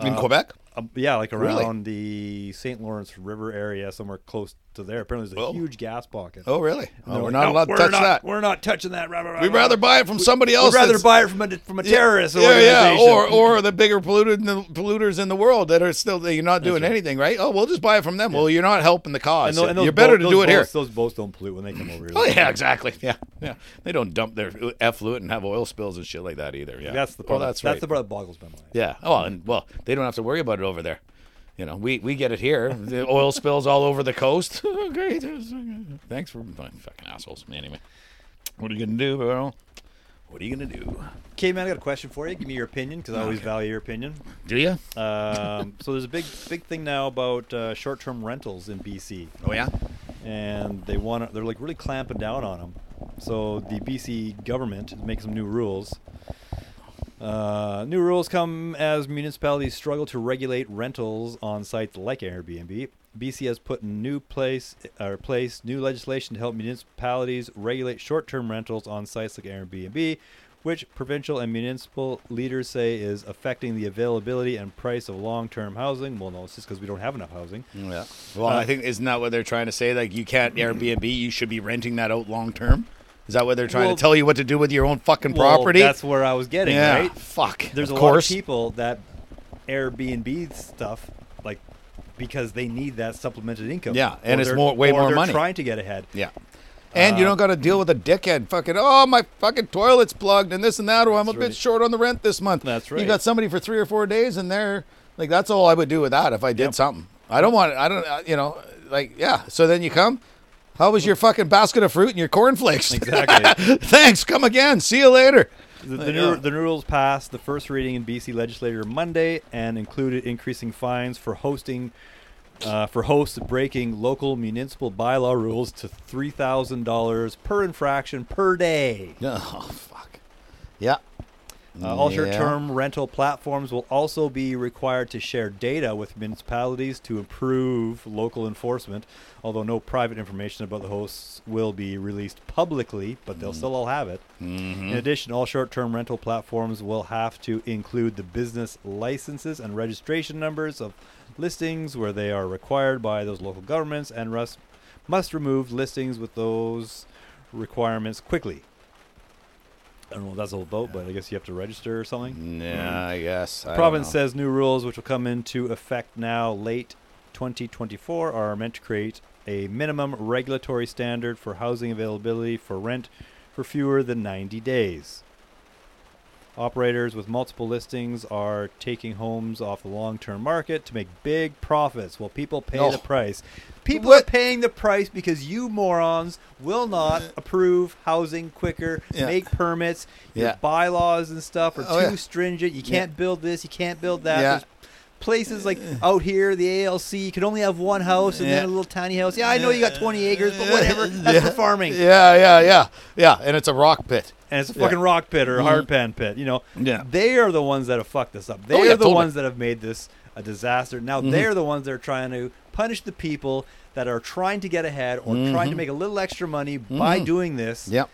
B: in Quebec.
A: Um, yeah, like
B: Really?
A: around the St. Lawrence River area, somewhere close to there. Apparently, there's a
B: Oh.
A: huge gas pocket.
B: Oh, really? Oh,
A: They're
B: we're
A: like,
B: not
A: "No,
B: allowed to
A: we're
B: touch
A: not-
B: that.
A: We're not touching that. Rah, rah, rah,
B: We'd
A: rah,
B: rather
A: rah."
B: buy it from somebody
A: We'd
B: else.
A: rather
B: that's-
A: buy it from a from a terrorist
B: yeah, yeah,
A: organization.
B: or or the bigger polluted the polluters in the world that are still that you're not doing anything right. Oh, we'll just buy it from them. Well, you're not helping the cause.
A: And tho- and those
B: you're better to
A: boat- those
B: do it here.
A: boats- Those boats don't pollute when they come over here.
B: Oh yeah, exactly. Yeah, yeah. They don't dump their effluent and have oil spills and shit like that either. Yeah,
A: that's the
B: Oh,
A: part.
B: that's
A: that's
B: right.
A: the part that boggles my mind.
B: Yeah. Oh, and well, they don't have to worry about it over there. You know, we, we get it here. The oil spills all over the coast. Oh, Great. Thanks for fucking assholes. Anyway, what are you gonna do, bro? What are you gonna do?
A: Okay, man, I got a question for you. Give me your opinion because I always value your opinion.
B: Do you?
A: Um, so there's a big big thing now about uh, short-term rentals in BC.
B: oh yeah.
A: and they want to, they're like really clamping down on them. So the BC government is making some new rules. Uh, new rules come as municipalities struggle to regulate rentals on sites like Airbnb. BC has put in new place or place new legislation to help municipalities regulate short-term rentals on sites like Airbnb, which provincial and municipal leaders say is affecting the availability and price of long-term housing. Well, no, it's just because we don't have enough housing.
B: Yeah. Well,
A: Uh,
B: I think isn't that what they're trying to say? Like you can't Airbnb. You should be renting that out long term. Is that what they're trying
A: Well-
B: to tell you what to do with your own fucking
A: Well,
B: property?
A: that's where I was getting,
B: yeah.
A: right?
B: Fuck.
A: There's
B: of
A: a
B: course.
A: lot of people that Airbnb stuff like because they need that supplemented income.
B: Yeah, and
A: Or
B: it's
A: they're-
B: more- way
A: or
B: more
A: they're
B: money.
A: Trying to get ahead.
B: Yeah. And you
A: Uh,
B: don't got to deal with a dickhead fucking, oh, my fucking toilet's plugged and this and that, or I'm a
A: That's
B: bit
A: right.
B: short on the rent this month.
A: That's
B: You
A: right.
B: got somebody for three or four days and they're like, that's all I would do with that if I did something. I don't want, I don't, uh, you know, like, yeah. So then you come, how was your fucking basket of fruit and your cornflakes?
A: Exactly.
B: Thanks, come again. See you later.
A: the,
B: Yeah.
A: the, new, the new rules passed the first reading in BC legislature Monday and included increasing fines for hosting. Uh, for hosts breaking local municipal bylaw rules to three thousand dollars per infraction per day.
B: Oh, fuck. Yeah.
A: Uh, all
B: Yeah.
A: short-term rental platforms will also be required to share data with municipalities to improve local enforcement. Although no private information about the hosts will be released publicly, but they'll still all have it. In addition, all short-term rental platforms will have to include the business licenses and registration numbers of listings where they are required by those local governments, and rest, must remove listings with those requirements quickly. I don't know what that's all about, but I guess you have to register or something.
B: Yeah, I guess. I don't
A: Province
B: know.
A: says new rules, which will come into effect now late 2024, are meant to create a minimum regulatory standard for housing availability for rent for fewer than 90 days. Operators with multiple listings are taking homes off the long term market to make big profits while people pay
B: No.
A: the price. People
B: What?
A: are paying the price because you morons will not approve housing quicker,
B: Yeah.
A: make permits, your
B: Yeah.
A: bylaws and stuff are
B: Oh,
A: too
B: yeah.
A: stringent. You can't build this, you can't build that.
B: Yeah.
A: There's places like out here, the ALC, you can only have one house and
B: Yeah.
A: then a little tiny house. Yeah, I know you got 20 acres, but whatever. That's for farming.
B: Yeah, yeah, yeah. Yeah, and it's a rock pit.
A: And it's a
B: Yeah. Mm-hmm.
A: fucking rock pit or a hard pan pit, you know.
B: Yeah.
A: They are the ones that have fucked this up. They
B: Oh,
A: are
B: yeah,
A: the
B: totally. Mm-hmm.
A: ones that have made this a disaster. Now they're the ones that are trying to punish the people that are trying to get ahead or trying
B: Mm-hmm.
A: to make a little extra money by doing this.
B: Yep.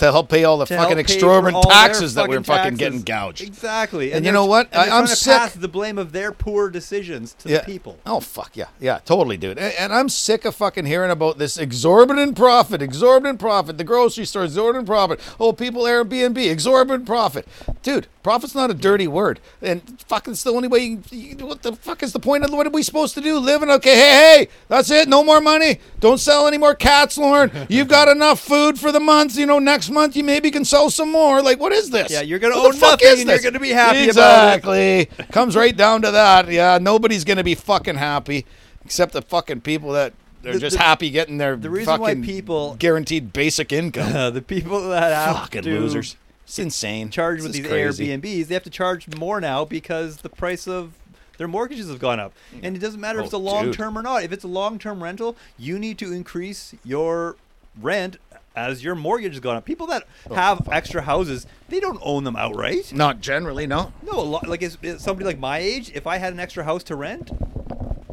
B: To help pay all the
A: to help
B: fucking
A: pay for
B: exorbitant
A: all their
B: taxes that we're fucking
A: taxes.
B: getting gouged.
A: Exactly.
B: And you
A: they're-
B: know what?
A: and
B: I-
A: they're
B: I'm
A: trying to
B: sick.
A: pass the blame of their poor decisions to the people.
B: Oh fuck yeah, yeah, totally, dude. And, and I'm sick of fucking hearing about this exorbitant profit, exorbitant profit. The grocery store, exorbitant profit. Oh, people Airbnb, exorbitant profit, dude. Profit's not a dirty word, and fuck, it's the only way. You, you, what the fuck is the point of what are we supposed to do? Living? Okay, hey, hey, that's it. No more money. Don't sell any more cats, Lauren. You've got enough food for the month. You know, next month you maybe can sell some more. Like, what is this?
A: Yeah, you're gonna
B: What the
A: own
B: fuck
A: nothing
B: is
A: and you're
B: this?
A: gonna be happy about it.
B: exactly. Exactly. Comes right down to that. Yeah, nobody's gonna be fucking happy except the fucking people that they're
A: The-
B: just
A: the-
B: happy getting their
A: the reason why
B: fucking
A: people-
B: guaranteed basic income.
A: Uh, the people that have
B: fucking
A: to
B: losers. It's insane.
A: charge
B: This
A: with
B: is
A: these
B: crazy.
A: Airbnbs, they have to charge more now because the price of their mortgages have gone up. And it doesn't matter if
B: Oh,
A: it's a long
B: dude.
A: term or not. If it's a long term rental, you need to increase your rent as your mortgage has gone up. People that
B: Oh,
A: have extra houses, they don't own them outright.
B: Not generally, no.
A: No, a lot like is, is somebody like my age, if I had an extra house to rent,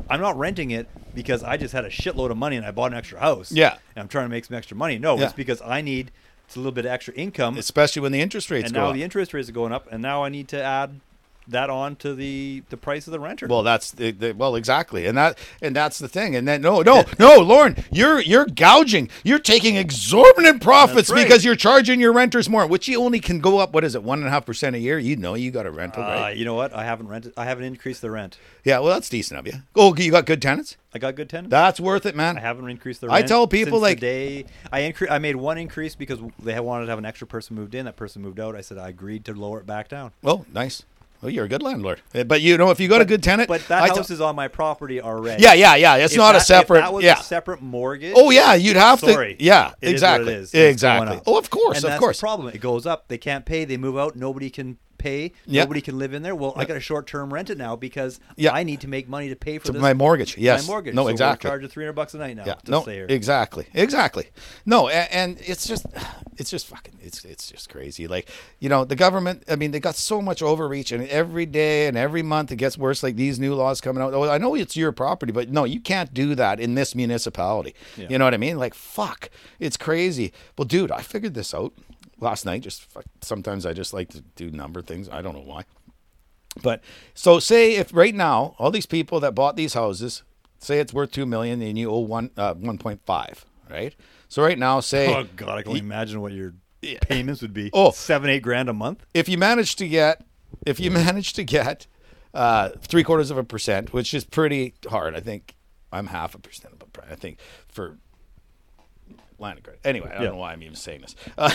A: I'm not renting it because I just had a shitload of money and I bought an extra house.
B: Yeah.
A: And I'm trying to make some extra money. No,
B: Yeah.
A: it's because I need it's a little bit of extra income
B: Especially when the interest rates
A: and
B: go
A: now
B: up.
A: the interest rates are going up, and now I need to add that on to the the price of the renter.
B: Well, that's the, the, well exactly, and that and that's the thing. And then no, no, no, Lauren, you're you're gouging. You're taking exorbitant profits
A: That's right.
B: because you're charging your renters more, which you only can go up. What is it, one and a half percent a year? You know, you got a rental,
A: uh,
B: right?
A: you know what? I haven't rented. I haven't increased the rent.
B: Yeah, well, that's decent of you. Oh, you got good tenants.
A: I got good tenants.
B: That's worth it, man.
A: I haven't increased the
B: I
A: rent.
B: tell people,
A: since
B: like-
A: the day I incre- I made one increase because they had wanted to have an extra person moved in. That person moved out. I said I agreed to lower it back down.
B: Oh, nice. Oh, you're a good landlord. Uh, But you know, if you got a good tenant,
A: But that
B: I
A: house
B: tell-
A: is on my property already.
B: yeah, yeah, yeah. It's
A: If
B: not
A: that-
B: a separate.
A: If that was
B: yeah.
A: a separate mortgage.
B: Oh yeah, you'd have
A: sorry.
B: to. Yeah,
A: It is what
B: exactly.
A: it is. It's going
B: Exactly.
A: up.
B: Oh, of course,
A: And
B: of
A: that's
B: course.
A: The problem it goes up. They can't pay. They move out. Nobody can pay.
B: Yeah.
A: Nobody can live in there. Well, I got a short term rent it now because
B: Yeah.
A: I need to make money to pay for
B: To
A: this,
B: my mortgage, yes.
A: My mortgage.
B: No,
A: so
B: exactly.
A: We're charging three hundred bucks a night now.
B: Yeah.
A: to
B: No.
A: stay here.
B: Exactly. Exactly. No. a- And, it's just, it's just fucking. It's it's just crazy. Like you know, the government. I mean, they got so much overreach, and every day and every month it gets worse. Like these new laws coming out. Oh, I know it's your property, but no, you can't do that in this municipality. You know what I mean? Like fuck, it's crazy. Well, dude, I figured this out last night. Just fuck, sometimes I just like to do number things. I don't know why. But so say if right now all these people that bought these houses say it's worth two million and you owe one uh, one point five, right? So right now say
A: Oh God, I can only imagine what your payments would be.
B: Oh.
A: seven, eight grand a month.
B: if you manage to get if you manage to get uh, three quarters of a percent, which is pretty hard, I think I'm half a percent of a percent. I think for line of credit. Anyway, I don't
A: Yeah.
B: know why I'm even saying this. Uh,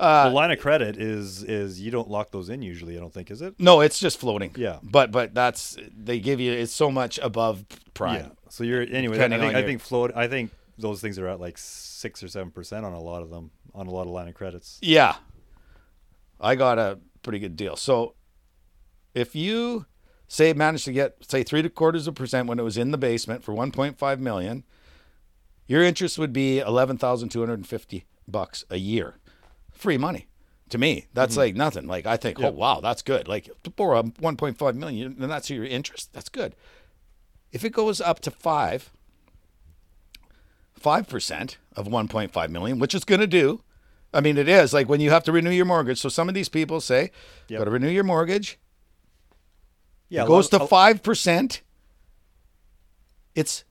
B: uh,
A: the line of credit is is you don't lock those in usually. I don't think is it.
B: no, it's just floating.
A: Yeah.
B: but but that's they give you it's so much above prime.
A: Yeah. So you're anyway. I
B: Depending
A: think
B: on
A: I
B: your-
A: think float. I think those things are at like six or seven percent on a lot of them on a lot of line of credits.
B: Yeah. I got a pretty good deal. So if you say managed to get say three quarters of a percent when it was in the basement for 1.5 million, your interest would be 11,250 bucks a year. Free money. To me, that's like nothing. Like I think, oh wow, that's good. Like to borrow 1.5 million, then that's your interest. That's good. If it goes up to five, five percent of 1.5 million, which it's going to do. I mean, it is like when you have to renew your mortgage. So some of these people say,
A: Yep.
B: "Got to renew your mortgage."
A: Yeah. a
B: goes
A: lot
B: to
A: of-
B: five percent. It's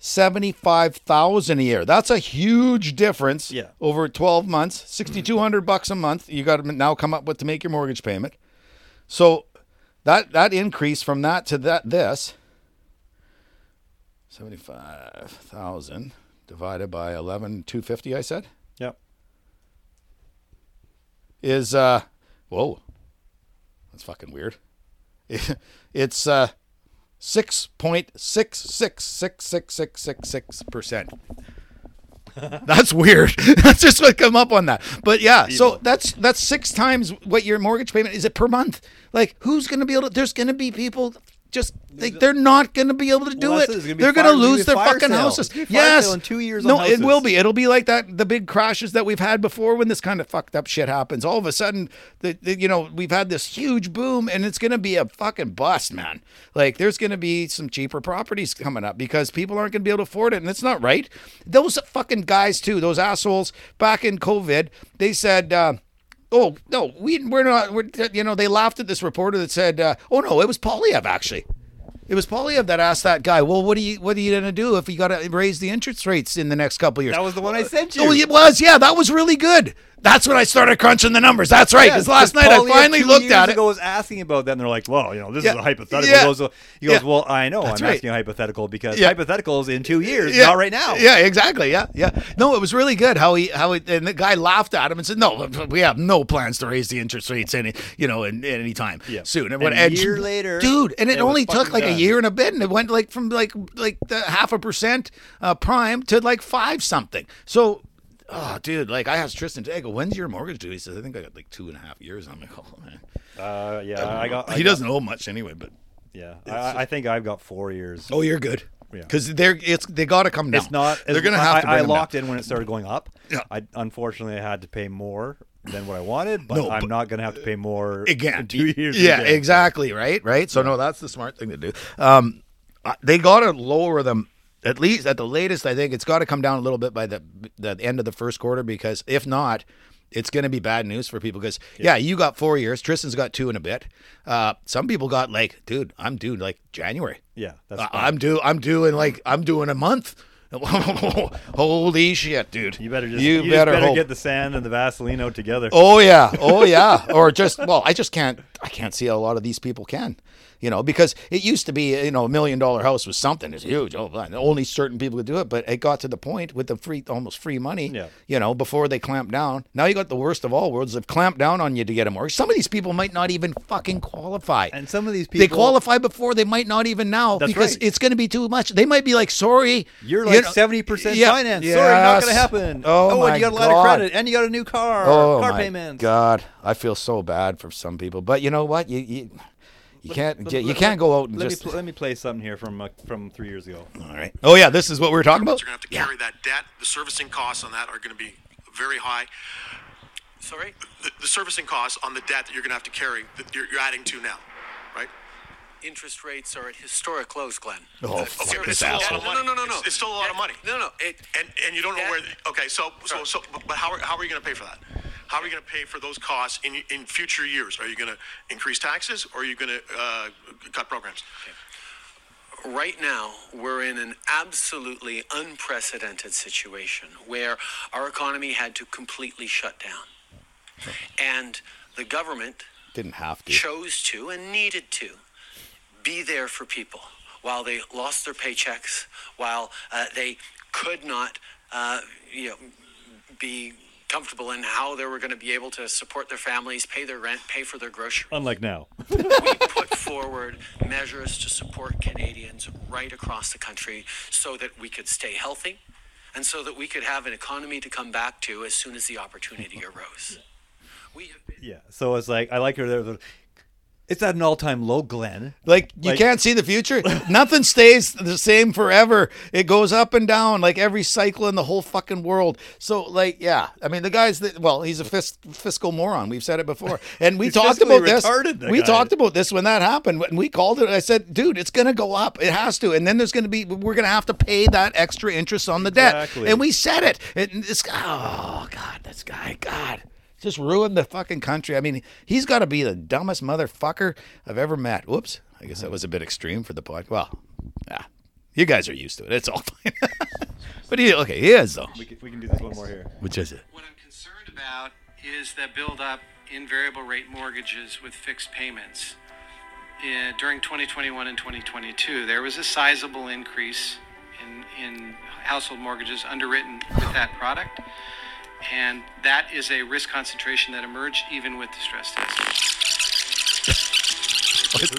B: seventy-five thousand a year. That's a huge difference.
A: Yeah.
B: Over twelve months, sixty-two hundred bucks a month. You got to now come up with to make your mortgage payment. So that that increase from that to that this seventy-five thousand divided by eleven two fifty. I said
A: Yep.
B: is uh whoa that's fucking weird it's uh 6.666666% that's weird that's just what come up on that but yeah so that's that's six times what your mortgage payment is it per month like who's gonna be able to there's gonna be people just they, they're not gonna be able to do
A: Well,
B: it
A: that's it. There's gonna be
B: they're
A: fire-
B: gonna
A: there's gonna
B: lose
A: be
B: their
A: fire
B: fucking
A: sale.
B: houses
A: There's gonna be fire
B: yes
A: sale in two years on
B: no it
A: houses.
B: will be It'll be like that the big crashes that we've had before when this kind of fucked up shit happens. All of a sudden, the, the- you know we've had this huge boom, and it's gonna be a fucking bust, man. Like there's gonna be some cheaper properties coming up because people aren't gonna be able to afford it, and it's not right. Those fucking guys too, those assholes back in COVID, they said. Uh, Oh no, we we're not. We're, you know, they laughed at this reporter that said, uh, "Oh no, it was Polyev actually." It was Polyev that asked that guy, "Well, what do you what are you gonna do if you got to raise the interest rates in the next couple of years?"
A: That was the one I sent you.
B: Oh, it was. Yeah, that was really good. That's when I started crunching the numbers. That's right.
A: Yeah,
B: Because last night
A: Paulie,
B: I finally
A: two
B: looked
A: years
B: at it.
A: ago was asking about that, and they're like, "Well, you know, this
B: Yeah.
A: is a hypothetical."
B: Yeah.
A: He goes, he goes,
B: Yeah.
A: "Well, I know.
B: That's
A: I'm
B: right.
A: asking a hypothetical because
B: Yeah.
A: hypotheticals in two years,
B: Yeah.
A: not right now."
B: Yeah, exactly. Yeah, yeah. No, it was really good how he how it, and the guy laughed at him and said, "No, we have no plans to raise the interest rates any you know in, at any time
A: Yeah.
B: soon." And
A: A
B: when Ed-
A: year later,
B: dude, and it,
A: it was
B: only took
A: fucking
B: like a
A: done.
B: year and a bit, and it went like from like like the half a percent uh, prime to like five something. So. Oh, dude! Like I asked Tristan today, I go, "When's your mortgage due?" He says, "I think I got like two and a half years." I'm like, "Oh man."
A: Uh, yeah, I got. I
B: he
A: got-
B: doesn't owe much anyway, but
A: Yeah, I, I think I've got four years.
B: oh, you're good.
A: Yeah.
B: Because they're it's they got to come down.
A: It's not.
B: They're
A: as-
B: gonna have
A: I,
B: to.
A: I
B: Bring them down.
A: locked in when it started going up.
B: Yeah.
A: I unfortunately I had to pay more than what I wanted, but
B: No,
A: I'm
B: but-
A: not going to have to pay more
B: again.
A: in two years.
B: Yeah,
A: again.
B: exactly. Right, right. So no, that's the smart thing to do. Um, I- they got to lower them at least at the latest. I think it's got to come down a little bit by the the end of the first quarter because if not. It's going to be bad news for people because, yeah. you got four years. Tristan's got two and a bit. Uh, some people got like, dude, I'm due like January.
A: Yeah, that's
B: Uh,
A: fine.
B: I'm due. I'm doing like I'm doing a month. Holy shit, dude!
A: You better just
B: you,
A: just
B: better, hope.
A: get the sand and the Vaseline out together.
B: Oh yeah, oh yeah. or just well, I just can't. I can't see how a lot of these people can, you know, because it used to be you know a million dollar house was something it's huge. Oh, man, only certain people could do it. But it got to the point with the free, almost free money.
A: Yeah.
B: You know, before they clamped down. Now you got the worst of all worlds. They've clamped down on you to get a mortgage. Some of these people might not even fucking qualify.
A: And some of these
B: they
A: people-
B: qualify before they might not even now
A: That's
B: because
A: right.
B: it's going to be too much. They might be like, sorry,
A: You're
B: you
A: like
B: know-
A: seventy percent
B: Yeah.
A: finance. Sorry, not going to
B: Yes.
A: happen.
B: Oh, my
A: and you got a lot
B: God.
A: of credit, and you got a new car,
B: Oh
A: car
B: my
A: payments.
B: God, I feel so bad for some people, but you know what? You you, you can't
A: Let-
B: get, you
A: let-
B: can't go out and
A: Let
B: just.
A: me pl- let me play something here from uh, from three years ago.
B: all right. Oh yeah, this is what we were talking about.
G: They're going to have to carry that debt. The servicing costs on that are going to be very high. Sorry? The, the servicing costs on the debt that you're going to have to carry that you're, you're adding to now, right?
H: Interest rates are at historic lows, Glenn.
B: Oh, fuck this asshole.
G: No, no, no, no, no. It's, it's still a lot of money.
H: No, no. It,
G: And and you don't know
H: That-
G: where. Okay, so so so. But how are, how are you going to pay for that? How are you going to pay for those costs in in future years? Are you going to increase taxes or are you going to uh, cut programs?
H: right now, we're in an absolutely unprecedented situation where our economy had to completely shut down. And the government
B: Didn't have to.
H: chose to and needed to be there for people while they lost their paychecks, while uh, they could not, uh, you know, be comfortable in how they were going to be able to support their families, pay their rent, pay for their groceries.
A: Unlike now,
H: we put forward measures to support Canadians right across the country so that we could stay healthy and so that we could have an economy to come back to as soon as the opportunity arose. We have been
A: yeah. So it's like I like her. there, but It's at an all time low, Glenn.
B: Like you
A: Like-
B: can't see the future. Nothing stays the same forever. It goes up and down, like every cycle in the whole fucking world. So, like, yeah, I mean, the guy's that well, he's a fis- fiscal moron. We've said it before, and we
A: He's
B: talked
A: fiscally
B: about this.
A: retarded, the
B: We
A: guy.
B: talked about this when that happened. When we called it, I said, dude, it's gonna go up. It has to, and then there's gonna be we're gonna have to pay that extra interest on the
A: Exactly.
B: debt, and we said it. And this, oh god, this guy, God. Just ruined the fucking country. I mean, he's got to be the dumbest motherfucker I've ever met. Whoops. I guess that was a bit extreme for the pod. Well, yeah, you guys are used to it. It's all fine. but he, okay, he is though.
A: We can, we can do this one more here.
B: Which is it?
I: What I'm concerned about is the buildup in variable rate mortgages with fixed payments. Eh, During 2021 and 2022, there was a sizable increase in, in household mortgages underwritten with that product. And that is a risk concentration that emerged even with the stress test.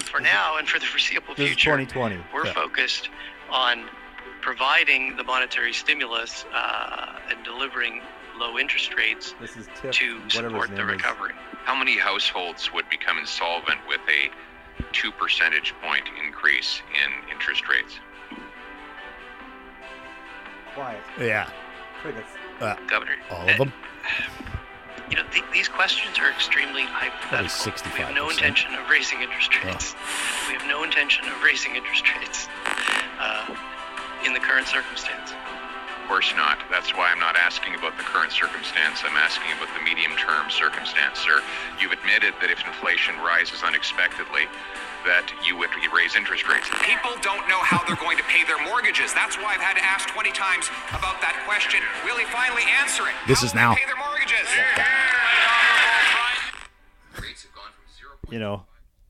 J: for now and for the foreseeable
A: This is
J: future,
A: 2020.
J: we're
A: Yeah.
J: focused on providing the monetary stimulus uh, and delivering low interest rates
A: This is Tiff,
J: to
A: whatever
J: support
A: his
J: the
A: name is.
J: recovery.
D: How many households would become insolvent with a two percentage point increase in interest rates?
A: Quiet.
B: Yeah,
A: Crickets.
J: Governor,
B: Uh,
A: Oh.
B: all of them.
J: you know, th- these questions are extremely hypothetical. We have no
B: 65%.
J: intention of raising interest rates. We have no intention of raising interest rates uh, in the current circumstance.
D: Of course not. That's why I'm not asking about the current circumstance. I'm asking about the medium term circumstance, sir. You've admitted that if inflation rises unexpectedly, that you would raise interest rates.
K: People don't know how they're going to pay their mortgages. That's why I've had to ask 20 times about that question. Will he finally answer it?
B: This
K: How
B: is
K: will they
B: now.
K: Pay their mortgages.
A: you know,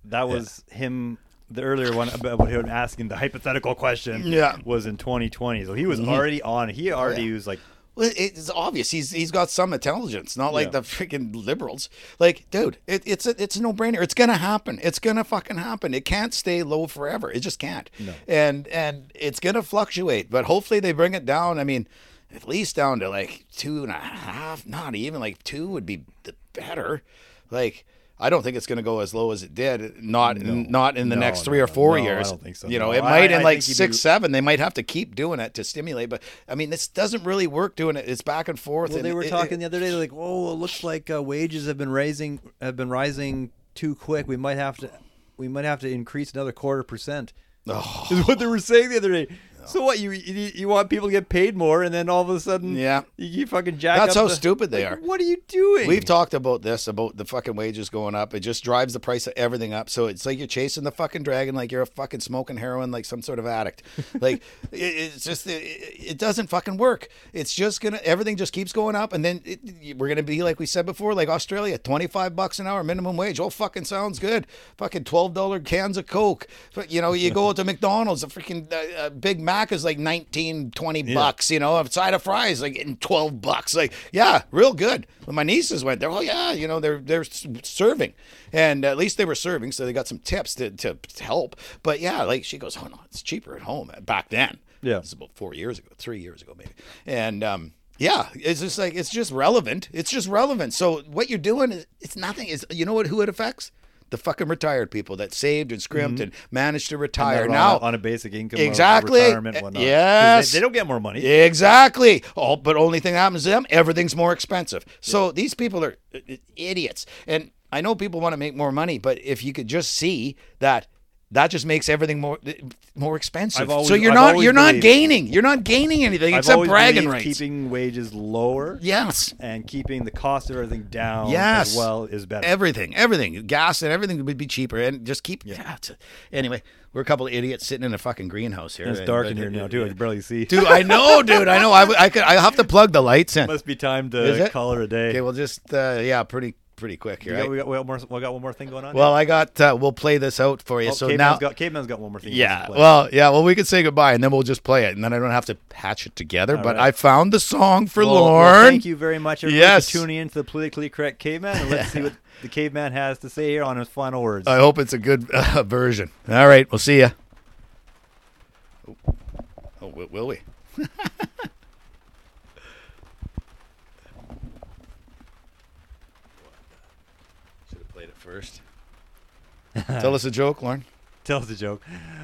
A: that was him. The earlier one about him asking the hypothetical question
B: Yeah.
A: was in 2020, so he was
B: Mhm.
A: already on. He already
B: yeah.
A: was like,
B: Well, it's obvious he's he's got some intelligence, not like
A: Yeah.
B: the freaking liberals. Like, dude, it, it's a, it's a no brainer. It's gonna happen. It's gonna fucking happen. It can't stay low forever. It just can't.
A: No.
B: And and it's gonna fluctuate, but hopefully they bring it down. I mean, at least down to like two and a half. Not even like two would be the better. Like, I don't think it's gonna go as low as it did. Not in, not in the
A: No,
B: next
A: no,
B: three or four
A: no, I
B: years.
A: don't think so.
B: You know,
A: No,
B: it
A: I-
B: might
A: I
B: in
A: think
B: like
A: you'd be-
B: six, seven. They might have to keep doing it to stimulate. But I mean, this doesn't really work doing it. It's back and forth.
L: Well,
B: and
L: they were
B: it-
L: talking
B: it-
L: the other day. They're like, "Whoa, it looks like uh, wages have been raising have been rising too quick. We might have to, we might have to increase another quarter percent."
B: Oh.
L: Is what they were saying the other day.
A: so what? You, you you want people to get paid more, and then all of a sudden,
B: Yeah.
A: you, you fucking jack.
B: That's
A: up
B: how
A: the-
B: stupid they
A: like,
B: are.
A: What are you doing?
B: We've talked about this about the fucking wages going up. It just drives the price of everything up. So it's like you're chasing the fucking dragon, like you're a fucking smoking heroin, like some sort of addict. Like it, it's just it, it doesn't fucking work. It's just gonna everything just keeps going up, and then it, we're gonna be like we said before, like Australia, twenty five bucks an hour minimum wage. Oh, fucking sounds good. Fucking twelve dollar cans of coke. But, You know, you go out to McDonald's, a freaking uh, uh, Big Mac is like 19, 20 bucks. You know, a side of fries like in twelve bucks. Like yeah, real good. When my nieces went there, oh yeah, you know they're they're s- serving, and at least they were serving, so they got some tips to to to help. But yeah, like she goes, oh no, it's cheaper at home uh, back then.
A: Yeah.
B: This is about four years ago, three years ago, maybe. And um, yeah, it's just like it's just relevant. It's just relevant. So what you're doing is it's nothing. Is you know what who it affects? The fucking retired people that saved and scrimped
A: Mhm.
B: and managed to
A: And they're
B: retire
A: on a-
B: now
A: on a basic income, or
B: exactly. Eh,
A: retirement, whatnot. 'Cause they-
B: Yes,
A: they don't get more money.
B: Exactly. Oh, but only thing that happens to them, everything's more expensive. So these people are uh, uh, idiots. And I know people want to make more money, but if you could just see that. That just makes everything more uh, more expensive.
A: I've always-
B: so you're
A: I've
B: not
A: always
B: you're not
A: believed-
B: gaining. You're not gaining anything
A: I've
B: except
A: always
B: bragging
A: believed
B: rights.
A: Keeping wages lower,
B: yes,
A: and keeping the cost of everything down,
B: yes.
A: as well is better.
B: Everything, everything, gas and everything would be cheaper, and just keep. Yeah. it's- anyway, we're a couple of idiots sitting in a fucking greenhouse here.
A: And it's
B: And-
A: dark
B: but-
A: in here now too. I can barely see.
B: Dude, I know, dude. I know. I, w- I could. I have to plug the lights in.
A: Must be time
B: Is
A: to
B: it?
A: call it a day.
B: Okay, well, just uh, yeah, pretty pretty quick
A: We
B: here. Right?
A: got, we, got, we, got more, we got one more thing going on.
B: Well, I got. Uh, we'll play this out for you.
A: Oh,
B: so
A: Caveman's
B: now,
A: got, Caveman's got one more thing. he wants
B: yeah.
A: to play.
B: Well, yeah. Well, we could say goodbye, and then we'll just play it, and then I don't have to patch it together.
A: All
B: but
A: right.
B: I found the song for
A: Well,
B: Lorne.
A: well, thank you very much, everybody,
B: Yes.
A: for tuning in to the politically correct caveman. And let's see what the caveman has to say here on his final words.
B: I hope it's a good uh, version. All right, we'll see ya. Oh, will, will we? Should have played it first. Tell us a joke, Lauren.
A: Tell us a joke.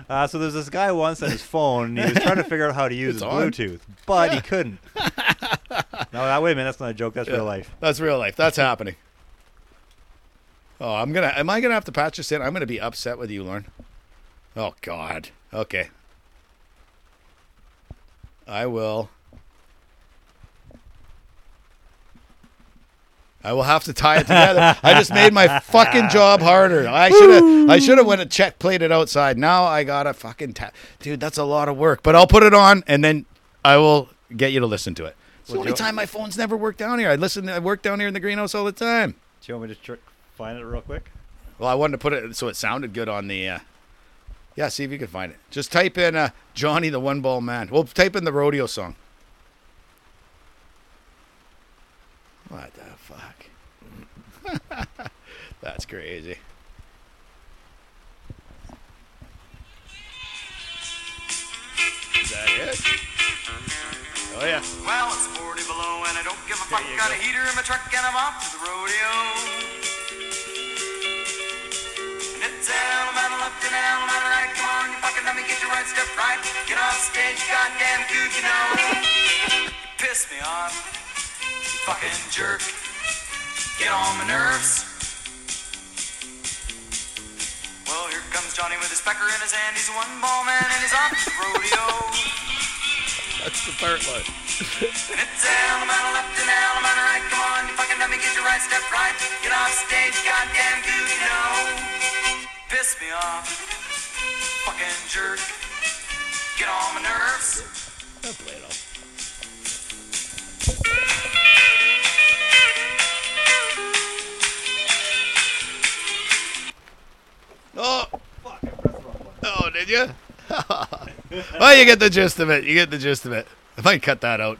A: Uh, so there's this guy once on his phone. And he was trying to figure out how to use
B: It's
A: his
B: on.
A: Bluetooth, but he couldn't. no, that, wait a minute. That's not a joke. That's
B: Yeah,
A: real life.
B: That's real life. That's happening. Oh, I'm gonna. Am I gonna have to patch this in? I'm gonna be upset with you, Lauren. Oh God. Okay. I will. I will have to tie it together. I just made my fucking job harder. I should have. I should have went and check played it outside. Now I gotta fucking ta- dude. That's a lot of work. But I'll put it on and then I will get you to listen to it. It's the
A: Well,
B: only
A: Joe-
B: time my phone's never worked down here. I listen. I work down here in the greenhouse all the time.
A: Do you want me to tr- find it real quick?
B: Well, I wanted to put it so it sounded good on the. Uh, yeah, see if you can find it. Just type in uh, Johnny the One Ball Man. Well, type in the rodeo song. What the fuck? That's crazy. Is that it? Oh yeah.
M: Well, it's 40 below and I don't give a fuck.
B: you
M: Got a
B: go.
M: heater in my truck and I'm off to the rodeo. And it's down, man, left and down, man, right. Come on, you fucking let me get your right step right. Get off stage, you goddamn dude, you know. You piss me off, you fucking jerk. Get on my nerves. Well, here comes Johnny with his pecker in his hand. He's a one-ball man and he's off to the rodeo.
B: That's the part line.
M: And it's Alabama left and Alabama right. Come on, you fucking let me get your right step right. Get off stage, goddamn goon, you know. Piss me off, fucking jerk. Get on my nerves.
B: I'll play it off. Oh, did you? well, you get the gist of it. You get the gist of it. I might cut that out.